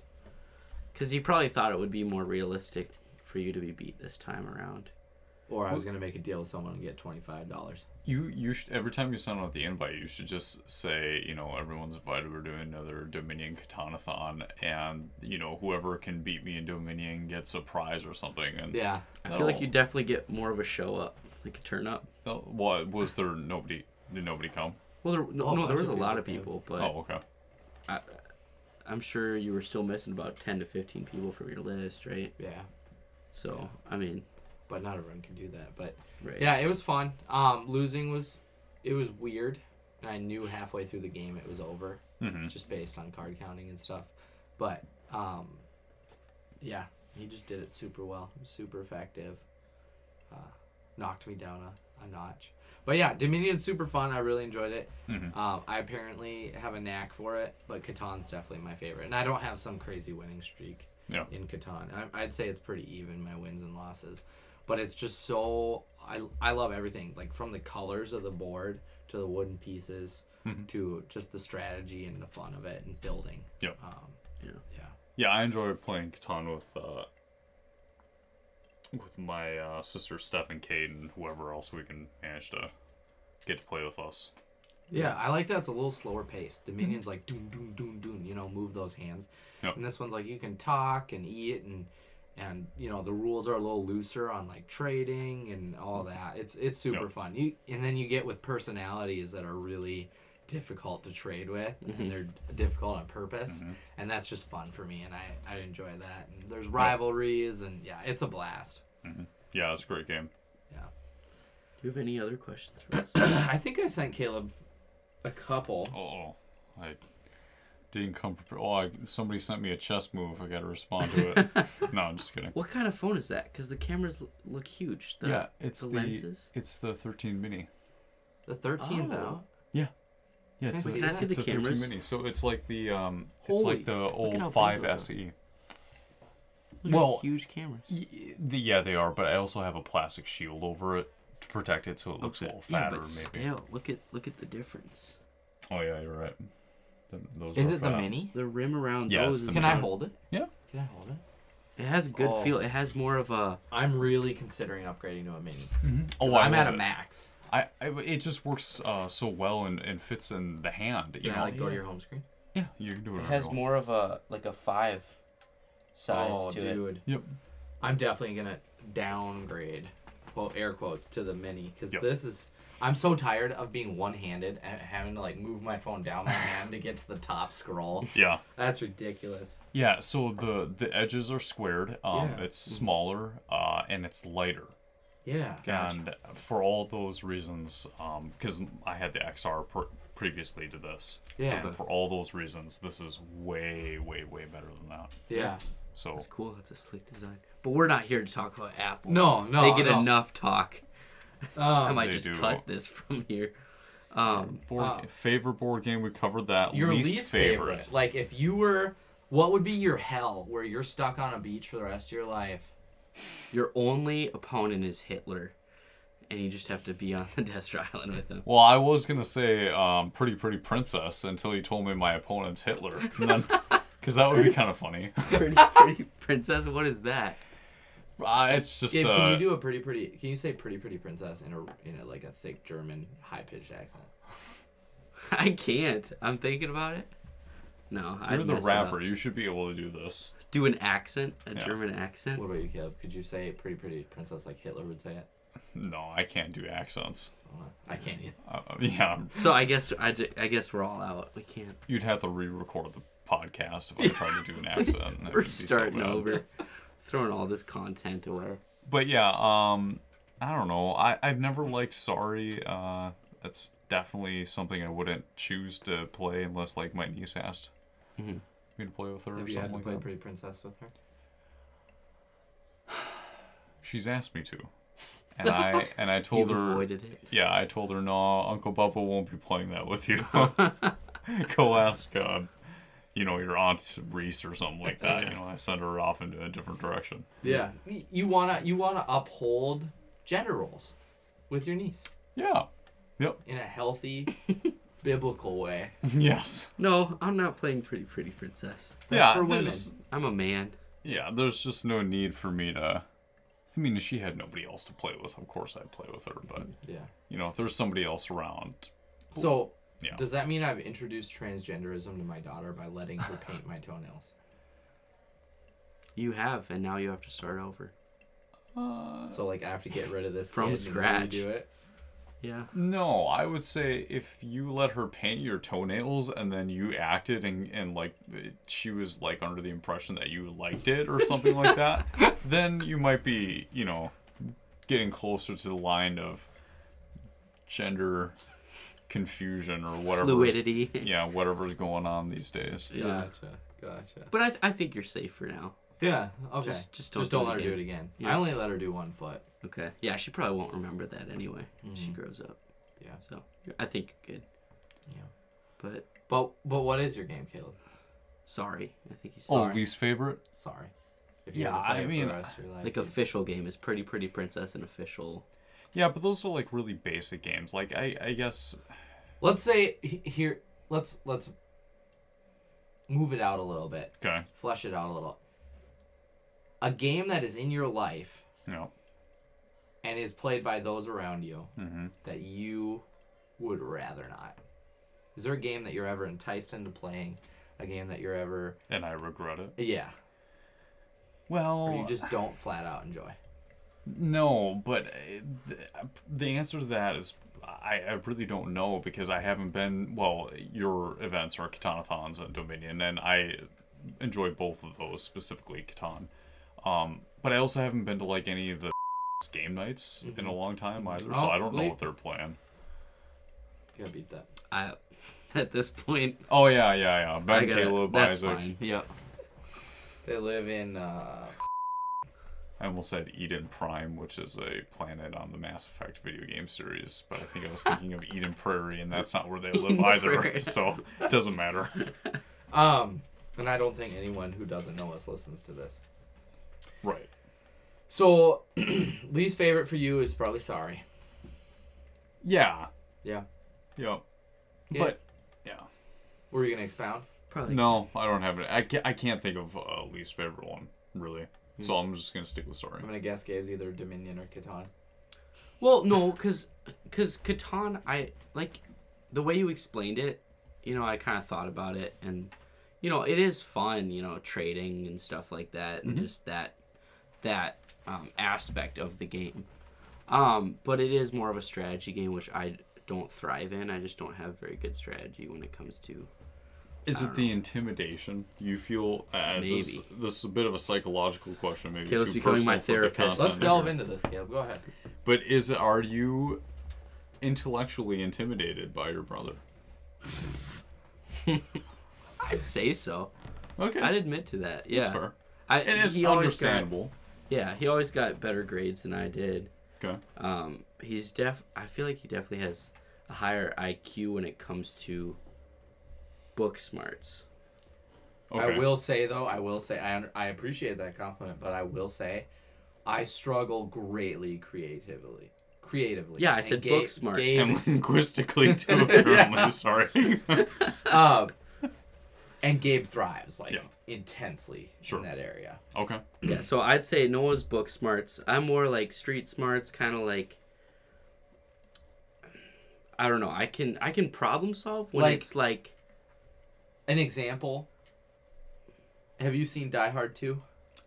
Speaker 2: Because you probably thought it would be more realistic for you to be beat this time around.
Speaker 3: Or I was gonna make a deal with someone and get twenty five dollars.
Speaker 1: You you should every time you send out the invite, you should just say you know everyone's invited. We're doing another Dominion Katanathon, and you know whoever can beat me in Dominion gets a prize or something. And
Speaker 3: Yeah.
Speaker 2: I feel like
Speaker 1: Oh.
Speaker 2: you definitely get more of a show up, like a turn up.
Speaker 1: Uh, what was there? Nobody did nobody come?
Speaker 2: Well, there, no,
Speaker 3: Oh,
Speaker 2: no, there
Speaker 3: bunch
Speaker 2: was a
Speaker 3: of
Speaker 2: lot
Speaker 3: people
Speaker 2: of people,
Speaker 3: came.
Speaker 2: but
Speaker 1: Oh, okay.
Speaker 2: I'm sure you were still missing about 10 to 15 people from your list, right?
Speaker 3: Yeah.
Speaker 2: So, I mean,
Speaker 3: But not everyone can do that. But
Speaker 2: right.
Speaker 3: yeah, it was fun. Um, losing was it was weird, and I knew halfway through the game it was over.
Speaker 1: hmm
Speaker 3: just based on card counting and stuff. But um, yeah, he just did it super well, super effective. Uh, knocked me down a, a notch. But yeah, Dominion's super fun. I really enjoyed it.
Speaker 1: Mhm.
Speaker 3: Um, I apparently have a knack for it, but Catan's definitely my favorite. And I don't have some crazy winning streak
Speaker 1: Yeah.
Speaker 3: in Catan. I, I'd say it's pretty even, my wins and losses. But it's just so. I, I love everything, like from the colors of the board to the wooden pieces to just the strategy and the fun of it and building.
Speaker 1: Yep.
Speaker 3: Um,
Speaker 2: Yeah.
Speaker 3: Yeah.
Speaker 1: Yeah, I enjoy playing Catan with uh, with my uh, sister Steph and Kate and whoever else we can manage to get to play with us.
Speaker 3: Yeah, Mm-hmm. I like that it's a little slower paced. Dominion's like doom doom doom doom, you know, move those hands.
Speaker 1: Yep.
Speaker 3: And this one's like you can talk and eat and and you know, the rules are a little looser on like trading and all that. It's it's super
Speaker 1: Yep.
Speaker 3: fun. You and then you get with personalities that are really difficult to trade with and they're difficult on purpose and that's just fun for me and I I enjoy that. And there's rivalries and yeah, it's a blast.
Speaker 1: Yeah, it's a great game.
Speaker 3: Yeah.
Speaker 2: Do you have any other questions for us?
Speaker 3: I think I sent Caleb a couple.
Speaker 1: Oh, I didn't come prepared. Oh, I, somebody sent me a chess move. I got to respond to it. no, I'm just kidding.
Speaker 2: what kind of phone is that? Because the cameras l- look huge. The,
Speaker 1: yeah, it's
Speaker 2: the,
Speaker 1: the,
Speaker 2: lenses.
Speaker 1: it's the 13 mini.
Speaker 3: The 13's
Speaker 2: Oh.
Speaker 3: out.
Speaker 1: Yeah, it's
Speaker 3: Can I
Speaker 1: the,
Speaker 3: see that?
Speaker 1: it's
Speaker 2: Can I see the cameras?
Speaker 1: mini. So it's like the um, it's
Speaker 2: Holy-
Speaker 1: like the
Speaker 2: look at how
Speaker 1: old E.
Speaker 2: big
Speaker 1: 5
Speaker 2: those are.
Speaker 1: SE.
Speaker 2: Those are
Speaker 1: well-
Speaker 2: huge cameras.
Speaker 1: Y- the- Yeah, they are, but I also have a plastic shield over it to protect it, so it looks a little
Speaker 2: yeah,
Speaker 1: fatter,
Speaker 2: but
Speaker 1: maybe.
Speaker 2: still, look at look at the difference.
Speaker 1: Oh yeah, you're right. Th- those
Speaker 3: Is
Speaker 1: are
Speaker 3: it the
Speaker 1: fat.
Speaker 3: mini?
Speaker 2: The rim around
Speaker 1: Yeah,
Speaker 2: those.
Speaker 1: it's the
Speaker 2: is
Speaker 3: Can
Speaker 1: mini.
Speaker 3: I
Speaker 2: about-
Speaker 3: hold it?
Speaker 1: Yeah.
Speaker 3: Can I hold it?
Speaker 2: It has a good
Speaker 3: Oh.
Speaker 2: feel. It has more of a.
Speaker 3: I'm really considering upgrading to a mini. 'Cause
Speaker 1: Oh, I
Speaker 3: I'm at
Speaker 1: love
Speaker 3: a
Speaker 1: it.
Speaker 3: max.
Speaker 1: I, I- it just works uh, so well and, and fits in the hand. You
Speaker 3: Can
Speaker 1: know?
Speaker 3: I like go
Speaker 1: Yeah.
Speaker 3: to your home screen?
Speaker 1: Yeah, you can do
Speaker 4: It
Speaker 1: whatever.
Speaker 4: has
Speaker 1: you want.
Speaker 4: more of a like a five size
Speaker 3: oh,
Speaker 4: to it.
Speaker 3: dude.
Speaker 1: Yep.
Speaker 3: I'm definitely gonna downgrade, quote air quotes, to the mini because
Speaker 1: Yep.
Speaker 3: this is. I'm so tired of being one-handed and having to like move my phone down my hand to get to the top scroll.
Speaker 1: Yeah.
Speaker 3: That's ridiculous.
Speaker 1: Yeah, so the the edges are squared. Um,
Speaker 3: Yeah.
Speaker 1: It's smaller uh, and it's lighter.
Speaker 3: Yeah.
Speaker 1: And for all those reasons, because I had the XR pr- previously to this.
Speaker 3: Yeah.
Speaker 1: And for all those reasons, this is way, way, way better than that.
Speaker 3: Yeah.
Speaker 1: So
Speaker 2: It's cool. It's a sleek design. But we're not here to talk about Apple.
Speaker 3: No, no,
Speaker 2: They get
Speaker 3: no.
Speaker 2: enough talk. I
Speaker 3: Um,
Speaker 2: might
Speaker 1: They
Speaker 2: just
Speaker 1: do.
Speaker 2: cut this from here. Um,
Speaker 1: board
Speaker 3: Uh,
Speaker 1: ga- favorite board game we covered that.
Speaker 3: your
Speaker 1: least,
Speaker 3: least, favorite. Like if you were, what would be your hell where you're stuck on a beach for the rest of your life?
Speaker 2: your only opponent is Hitler, and you just have to be on the desert island with him.
Speaker 1: Well, I was gonna say um, pretty pretty princess until you told me my opponent's Hitler, because that would be kind of funny.
Speaker 2: pretty, pretty princess. What is that?
Speaker 1: Uh, it's just
Speaker 3: Yeah,
Speaker 1: uh,
Speaker 3: can you do a pretty pretty? Can you say pretty pretty princess in a in a, like a thick German high pitched accent?
Speaker 2: I can't. I'm thinking about it. No,
Speaker 1: you're
Speaker 2: I'd
Speaker 1: the
Speaker 2: mess it up.
Speaker 1: rapper. You should be able to do this.
Speaker 2: Do an accent, a
Speaker 1: Yeah.
Speaker 2: German accent.
Speaker 3: What about you, Caleb? Could you say pretty pretty princess like Hitler would say it?
Speaker 1: No, I can't do accents.
Speaker 3: I don't know. I can't either.
Speaker 1: Uh, yeah,
Speaker 2: So I guess I, ju- I guess we're all out. We can't.
Speaker 1: you'd have to re-record the podcast if I tried to do an accent. and it would
Speaker 2: We're
Speaker 1: be so
Speaker 2: starting
Speaker 1: bad.
Speaker 2: over, throwing all this content away.
Speaker 1: But yeah, um, I don't know. I I've never liked Sorry. Uh, that's definitely something I wouldn't choose to play unless like my niece asked
Speaker 2: Mm-hmm.
Speaker 1: me to play with her or
Speaker 3: Have you
Speaker 1: something
Speaker 3: had to
Speaker 1: like
Speaker 3: play
Speaker 1: that.
Speaker 3: pretty princess with her?
Speaker 1: She's asked me to, and I and I told
Speaker 2: you
Speaker 1: her.
Speaker 2: avoided it.
Speaker 1: Yeah, I told her no. Uncle Bubba won't be playing that with you. Go ask, uh, you know, your aunt Reese or something like that. You know, I sent her off into a different direction.
Speaker 3: Yeah. Y- You wanna you wanna uphold gender roles with your niece
Speaker 1: Yeah. Yep.
Speaker 3: in a healthy, biblical way.
Speaker 1: Yes.
Speaker 2: No, I'm not playing Pretty Pretty Princess.
Speaker 1: yeah.
Speaker 3: for women.
Speaker 1: there's-
Speaker 2: I'm a man.
Speaker 1: Yeah, there's just no need for me to. I mean, if she had nobody else to play with, of course I'd play with her. But
Speaker 3: Yeah.
Speaker 1: you know, if there's somebody else around,
Speaker 3: So,
Speaker 1: Yeah.
Speaker 3: does that mean I've introduced transgenderism to my daughter by letting her paint my toenails?
Speaker 2: You have, and now you have to start over.
Speaker 3: So, like, I have to get rid of this
Speaker 2: From
Speaker 3: kid
Speaker 2: scratch.
Speaker 3: And redo it.
Speaker 2: Yeah.
Speaker 1: no, I would say if you let her paint your toenails and then you acted and and like it- she was like under the impression that you liked it or something like that, then you might be you know getting closer to the line of gender confusion or whatever.
Speaker 2: Fluidity.
Speaker 1: Yeah, whatever's going on these days.
Speaker 2: Yeah.
Speaker 3: Gotcha. Gotcha.
Speaker 2: But I, th- I think you're safe for now.
Speaker 3: Yeah. Okay.
Speaker 2: Just-
Speaker 3: Just,
Speaker 2: just don't
Speaker 3: don't,
Speaker 2: do it
Speaker 3: let her
Speaker 2: again.
Speaker 3: do it again.
Speaker 2: Yeah.
Speaker 3: I only let her do one foot.
Speaker 2: Okay. Yeah, she probably won't remember that anyway.
Speaker 1: Mm-hmm.
Speaker 2: She grows up.
Speaker 3: Yeah.
Speaker 2: So I think you're good.
Speaker 3: Yeah.
Speaker 2: But
Speaker 3: But but what is your game, Caleb?
Speaker 2: sorry, I think you said.
Speaker 1: Oh, least favorite.
Speaker 3: Sorry. If you
Speaker 1: Yeah,
Speaker 3: were to play
Speaker 1: I
Speaker 3: it for
Speaker 1: mean,
Speaker 3: the rest of your life,
Speaker 2: like
Speaker 3: you-
Speaker 2: official game is Pretty Pretty Princess and official.
Speaker 1: Yeah, but those are like really basic games. Like I, I guess
Speaker 3: let's say he- here. Let's let's move it out a little bit.
Speaker 1: okay,
Speaker 3: Flesh it out a little. A game that is in your life
Speaker 1: no,
Speaker 3: and is played by those around you
Speaker 2: Mm-hmm.
Speaker 1: Mhm.
Speaker 3: that you would rather not? Is there a game that you're ever enticed into playing? A game that you're ever
Speaker 1: and I regret it.
Speaker 3: yeah, or
Speaker 1: Well,
Speaker 2: Oh.
Speaker 3: you just don't flat out enjoy?
Speaker 1: no, but uh, th- the answer to that is I, I really don't know because I haven't been. Well, your events are Katanathons and Dominion, and I enjoy both of those specifically Catan. Um, but I also haven't been to like any of the game nights in
Speaker 2: Mm-hmm.
Speaker 1: a long time either, so
Speaker 3: Oh,
Speaker 1: I don't know
Speaker 3: wait.
Speaker 1: what they're playing.
Speaker 3: You gotta beat that.
Speaker 2: I at this point
Speaker 1: Oh yeah, yeah, yeah.
Speaker 2: I
Speaker 1: Ben,
Speaker 2: gotta,
Speaker 1: Caleb,
Speaker 2: that's
Speaker 1: Isaac.
Speaker 2: fine. Yep.
Speaker 3: They live in uh,
Speaker 1: I almost said Eden Prime, which is a planet on the Mass Effect video game series, but I think I was thinking of Eden Prairie, and that's not where they live
Speaker 2: Eden
Speaker 1: either,
Speaker 2: Prairie.
Speaker 1: so it doesn't matter.
Speaker 3: um, and I don't think anyone who doesn't know us listens to this.
Speaker 1: Right.
Speaker 3: So, least favorite for you is probably sorry.
Speaker 1: Yeah.
Speaker 3: Yeah.
Speaker 1: Yeah.
Speaker 3: Yeah.
Speaker 1: But, yeah.
Speaker 3: Were you gonna expound?
Speaker 2: Probably.
Speaker 1: No, I don't have it. I can't, I can't think of a least favorite one, really. So
Speaker 2: Hmm.
Speaker 1: I'm just going to stick with sorry.
Speaker 3: I'm gonna guess Gabe's either Dominion or Catan.
Speaker 2: Well, no, because because Catan, I like the way you explained it. you know, I kind of thought about it, and you know, it is fun, you know, trading and stuff like that,
Speaker 1: Mm-hmm.
Speaker 2: and just that that um, aspect of the game. Um, but it is more of a strategy game, which I don't thrive in. I just don't have very good strategy when it comes to.
Speaker 1: Is it the intimidation you feel? Uh, This,
Speaker 2: Maybe.
Speaker 1: this is a bit of a psychological question. Maybe
Speaker 2: Caleb's
Speaker 1: too
Speaker 2: becoming my
Speaker 1: personal for the
Speaker 2: therapist.
Speaker 3: Let's
Speaker 1: content.
Speaker 3: delve into this, Caleb. Go ahead.
Speaker 1: But is are you intellectually intimidated by your brother?
Speaker 2: I'd say so.
Speaker 1: Okay,
Speaker 2: I'd admit to that. Yeah,
Speaker 1: that's fair.
Speaker 2: I,
Speaker 1: And it's
Speaker 2: he always got,
Speaker 1: understandable.
Speaker 2: yeah, he always got better grades than I did.
Speaker 1: Okay.
Speaker 2: Um, he's def. I feel like he definitely has a higher IQ when it comes to book smarts.
Speaker 1: Okay.
Speaker 3: I will say though, I will say I un- I appreciate that compliment, but I will say I struggle greatly creatively. Creatively.
Speaker 2: Yeah, I
Speaker 3: And
Speaker 2: said
Speaker 3: Gabe-
Speaker 2: book smart.
Speaker 3: Gabe-
Speaker 1: And linguistically too. Apparently, sorry.
Speaker 3: um, and Gabe thrives like
Speaker 1: Yeah.
Speaker 3: intensely
Speaker 1: Sure.
Speaker 3: in that area.
Speaker 1: okay.
Speaker 2: yeah, so I'd say Noah's book smarts. I'm more like street smarts, kind of like. I don't know. I can I can problem solve when
Speaker 3: Like-
Speaker 2: it's like
Speaker 3: An example. Have you seen Die Hard 2?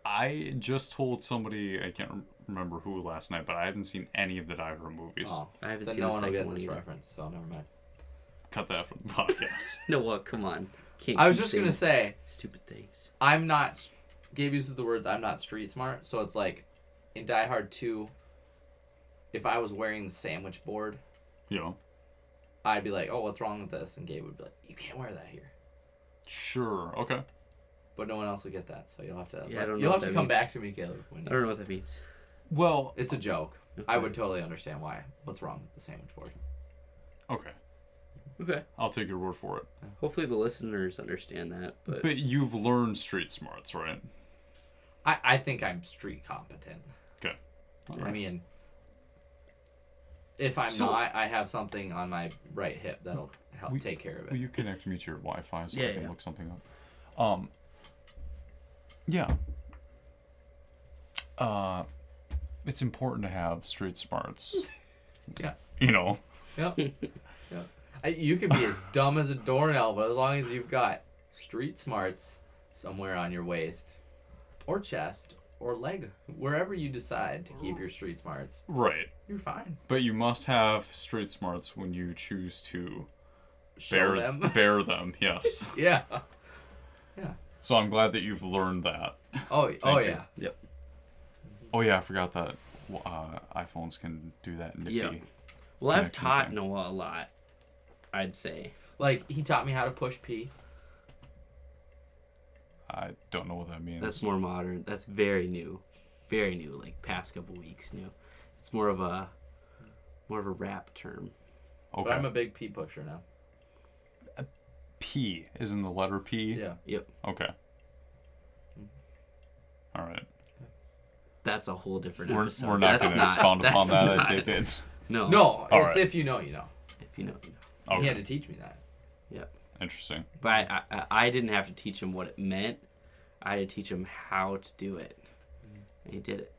Speaker 1: I just told somebody I can't rem- remember who last night, but I haven't seen any of the Die Hard movies.
Speaker 3: Oh,
Speaker 2: I haven't
Speaker 3: then
Speaker 2: seen
Speaker 3: no
Speaker 2: the
Speaker 3: one will
Speaker 2: second
Speaker 3: get
Speaker 2: one
Speaker 3: this
Speaker 2: either.
Speaker 3: reference, so never mind.
Speaker 1: Cut that from the podcast.
Speaker 2: no what? Come on. Can't
Speaker 3: I was
Speaker 2: keep
Speaker 3: just gonna
Speaker 2: saying
Speaker 3: say
Speaker 2: stupid things.
Speaker 3: I'm not. Gabe uses the words I'm not street smart, so it's like in Die Hard 2. If I was wearing the sandwich board,
Speaker 1: you know,
Speaker 3: I'd be like, "Oh, what's wrong with this?" And Gabe would be like, "You can't wear that here."
Speaker 1: sure, okay.
Speaker 3: But no one else will get that, so you'll have to.
Speaker 2: Yeah, I don't know
Speaker 3: you'll
Speaker 2: what
Speaker 3: have to
Speaker 2: that
Speaker 3: come
Speaker 2: means.
Speaker 3: back to me, Caleb. When
Speaker 2: I don't know what that means.
Speaker 1: Well,
Speaker 3: It's a joke. I would totally understand why. What's wrong with the sandwich board?
Speaker 1: okay.
Speaker 2: Okay.
Speaker 1: I'll take your word for it.
Speaker 2: Hopefully the listeners understand that,
Speaker 3: Uh,
Speaker 2: but,
Speaker 1: But you've learned street smarts, right?
Speaker 3: I I think I'm street competent.
Speaker 1: Okay.
Speaker 3: I mean, if I'm
Speaker 1: So-
Speaker 3: not, I have something on my right hip that'll help
Speaker 1: We-
Speaker 3: take care of
Speaker 1: Will
Speaker 3: it.
Speaker 1: you connect me to your Wi-Fi so
Speaker 2: Yeah,
Speaker 1: I can
Speaker 2: yeah.
Speaker 1: look something up? Um. Yeah. Uh, it's important to have street smarts.
Speaker 3: Yeah.
Speaker 1: You know.
Speaker 3: Yep. yep. I, you can be as dumb as a doornail, but as long as you've got street smarts somewhere on your waist, or chest, or leg, wherever you decide to keep your street smarts,
Speaker 1: Right.
Speaker 3: you're fine.
Speaker 1: But you must have street smarts when you choose to
Speaker 3: Show
Speaker 1: bear
Speaker 3: them.
Speaker 1: bear them. Yes.
Speaker 3: yeah.
Speaker 1: so I'm glad that you've learned that.
Speaker 3: Oh. oh
Speaker 1: you.
Speaker 3: yeah.
Speaker 2: yep.
Speaker 1: Oh yeah, I forgot that uh, iPhones can do that nifty.
Speaker 2: Yeah. Well, I've
Speaker 1: Connection
Speaker 2: taught
Speaker 1: thing.
Speaker 2: Noah a lot. I'd say.
Speaker 3: Like he taught me how to push P.
Speaker 1: I don't know what that means.
Speaker 2: That's more modern. That's very new, very new. Like past couple weeks, new. It's more of a more of a rap term.
Speaker 1: okay.
Speaker 3: But I'm a big P pusher now.
Speaker 1: P is in the letter P.
Speaker 3: Yeah.
Speaker 2: Yep,
Speaker 1: Okay. All right.
Speaker 2: that's a whole different
Speaker 1: We're,
Speaker 2: episode.
Speaker 1: we're not
Speaker 2: That's
Speaker 1: going to expound upon
Speaker 2: that's
Speaker 1: that.
Speaker 2: not-
Speaker 1: I take it.
Speaker 2: No,
Speaker 3: No,
Speaker 1: All right.
Speaker 3: it's if you know, you know.
Speaker 2: If you know, you know.
Speaker 1: Okay.
Speaker 3: He had to teach me that.
Speaker 2: Yep.
Speaker 1: Interesting.
Speaker 2: But I, I I didn't have to teach him what it meant. I had to teach him how to do it. And he did it.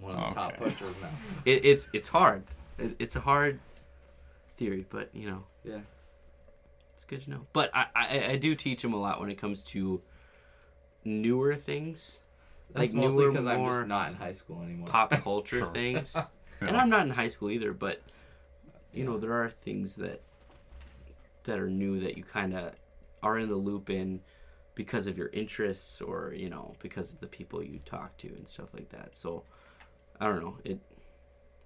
Speaker 3: One of the top
Speaker 1: Okay.
Speaker 3: pushers now.
Speaker 2: it it's it's hard. It, it's a hard theory, but you know.
Speaker 3: Yeah.
Speaker 2: It's good to know. But I, I, I do teach him a lot when it comes to newer things,
Speaker 3: That's
Speaker 2: Like
Speaker 3: mostly
Speaker 2: newer,
Speaker 3: because I'm
Speaker 2: more
Speaker 3: just not in high school anymore.
Speaker 2: pop culture
Speaker 1: Sure.
Speaker 2: things. And
Speaker 1: Yeah.
Speaker 2: I'm not in high school either, but you know, there are things that that are new that you kind of are in the loop in because of your interests or, you know, because of the people you talk to and stuff like that. So I don't know. It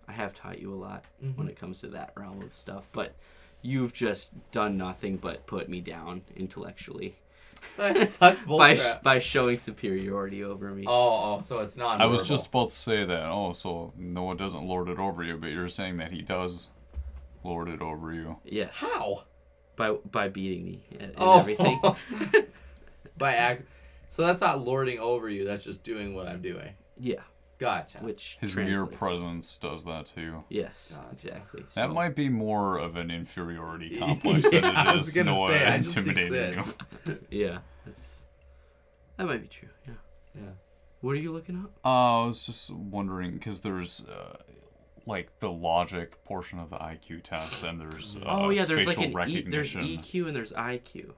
Speaker 2: I have taught you a lot
Speaker 3: Mm-hmm.
Speaker 2: when it comes to that realm of stuff, but you've just done nothing but put me down intellectually
Speaker 3: That's such
Speaker 2: by,
Speaker 3: bullshit.
Speaker 2: sh- by showing superiority over me.
Speaker 3: oh, oh, so it's not.
Speaker 1: I was just about to say that. Oh, so Noah doesn't lord it over you, but you're saying that he does lord it over you.
Speaker 2: Yes.
Speaker 3: how
Speaker 2: By by beating me and, and
Speaker 3: Oh.
Speaker 2: everything.
Speaker 3: by act. So that's not lording over you. That's just doing what I'm doing.
Speaker 2: Yeah.
Speaker 3: Gotcha.
Speaker 2: Which
Speaker 1: His mere
Speaker 2: translates.
Speaker 1: presence does that to you.
Speaker 2: Yes,
Speaker 3: Gotcha.
Speaker 2: exactly. So,
Speaker 1: That might be more of an inferiority complex than
Speaker 3: Yeah, I
Speaker 1: it
Speaker 3: was
Speaker 1: is
Speaker 3: gonna
Speaker 1: Noah
Speaker 3: say, I just
Speaker 1: intimidating you.
Speaker 3: exist.
Speaker 2: Yeah, that's that might be true. Yeah.
Speaker 3: Yeah.
Speaker 2: What are you looking up?
Speaker 1: Uh, I was just wondering because there's uh, like the logic portion of the IQ test, and there's uh,
Speaker 2: oh yeah, there's like
Speaker 1: spatial
Speaker 2: an e, there's
Speaker 1: recognition.
Speaker 2: EQ and there's IQ.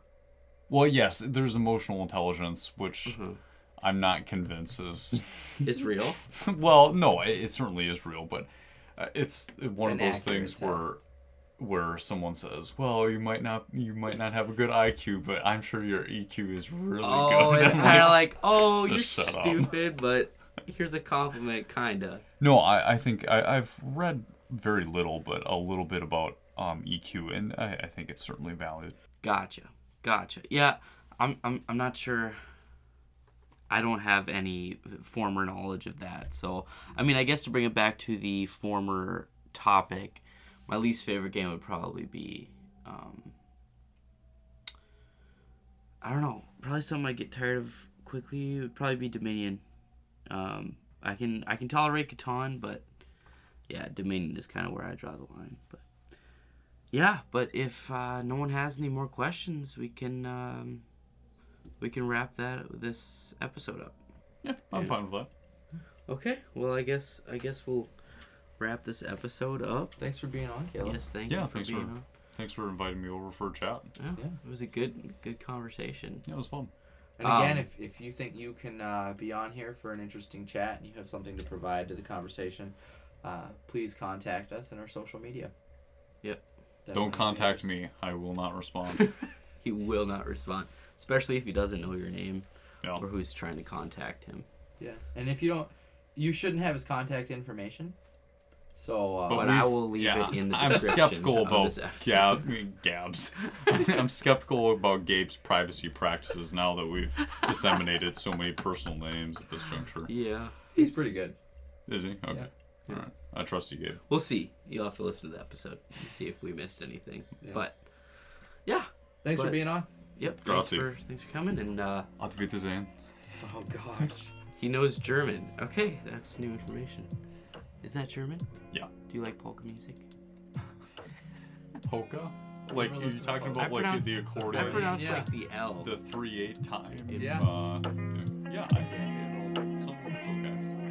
Speaker 1: Well, yes, there's emotional intelligence, which
Speaker 2: Mhm.
Speaker 1: I'm not convinced is.
Speaker 2: It's real.
Speaker 1: well, no, it, it certainly is real, but uh, it's one of
Speaker 3: An
Speaker 1: those
Speaker 3: accurate
Speaker 1: things where where someone says, "Well, you might not you might not have a good IQ, but I'm sure your EQ is really
Speaker 2: Oh,
Speaker 1: good."
Speaker 2: it's
Speaker 1: I'm
Speaker 2: kind of like, oh, you're
Speaker 1: Just shut up.
Speaker 2: stupid, but here's a compliment, kinda.
Speaker 1: No, I, I think I, I've read very little, but a little bit about um, EQ, and I, I think it's certainly valid.
Speaker 2: Gotcha. Gotcha. Yeah, I'm I'm I'm not sure I don't have any former knowledge of that. So, I mean, I guess to bring it back to the former topic, my least favorite game would probably be um I don't know, probably something I get tired of quickly would probably be Dominion. Um I can I can tolerate Catan, but yeah, Dominion is kind of where I draw the line, but yeah, but if uh, no one has any more questions, we can um, we can wrap that this episode up.
Speaker 1: Yeah, I'm
Speaker 2: Yeah.
Speaker 1: fine with that.
Speaker 2: Okay. Well, I guess I guess we'll wrap this episode up.
Speaker 3: Thanks for being on, Caleb.
Speaker 2: Yes, thank
Speaker 1: Yeah,
Speaker 2: you for
Speaker 1: thanks
Speaker 2: being
Speaker 1: for-
Speaker 2: on.
Speaker 1: Thanks for inviting me over for a chat.
Speaker 2: Yeah,
Speaker 3: Yeah.
Speaker 2: it was a good good conversation.
Speaker 1: Yeah, it was fun.
Speaker 3: And
Speaker 2: Um,
Speaker 3: again, if, if you think you can uh, be on here for an interesting chat and you have something to provide to the conversation, uh, please contact us in our social media.
Speaker 2: Yep.
Speaker 1: Don't
Speaker 3: Definitely
Speaker 1: contact
Speaker 3: be
Speaker 1: me. I will not respond.
Speaker 2: He will not respond, especially if he doesn't know your name
Speaker 1: Yeah.
Speaker 2: or who's trying to contact him.
Speaker 3: interested. Yeah. And if you don't, you shouldn't have his contact information. So, uh,
Speaker 2: But
Speaker 1: we've-
Speaker 2: I will leave it in the
Speaker 1: I'm
Speaker 2: description
Speaker 1: skeptical
Speaker 2: of
Speaker 1: about
Speaker 2: this episode.
Speaker 1: Gab, Gabs. I'm skeptical about Gabe's privacy practices now that we've disseminated so many personal names at this juncture.
Speaker 2: Yeah,
Speaker 3: he's pretty good.
Speaker 1: Is he? Okay.
Speaker 2: Yeah.
Speaker 1: All right. I trust you, Gabe.
Speaker 2: we'll see. You'll have to listen to the episode and see if we missed anything.
Speaker 3: Yeah.
Speaker 2: But yeah,
Speaker 3: Thanks for
Speaker 2: But-
Speaker 3: being on.
Speaker 2: yep. Thanks
Speaker 1: Grazie.
Speaker 2: for thanks for coming and. uh
Speaker 1: Auf Wiedersehen.
Speaker 3: Oh, gosh.
Speaker 2: He knows German. Okay, that's new information. Is that German?
Speaker 1: Yeah.
Speaker 2: Do you like polka music?
Speaker 1: Polka? Like,
Speaker 3: never
Speaker 1: are you
Speaker 3: listened to
Speaker 1: talking
Speaker 3: polka.
Speaker 1: about like
Speaker 2: pronounce-
Speaker 1: the
Speaker 2: I
Speaker 1: accordion?
Speaker 2: pronounce
Speaker 3: Yeah.
Speaker 2: like the L.
Speaker 1: the three eight time.
Speaker 2: Yeah.
Speaker 1: Uh, yeah, I dance. Some of it's okay.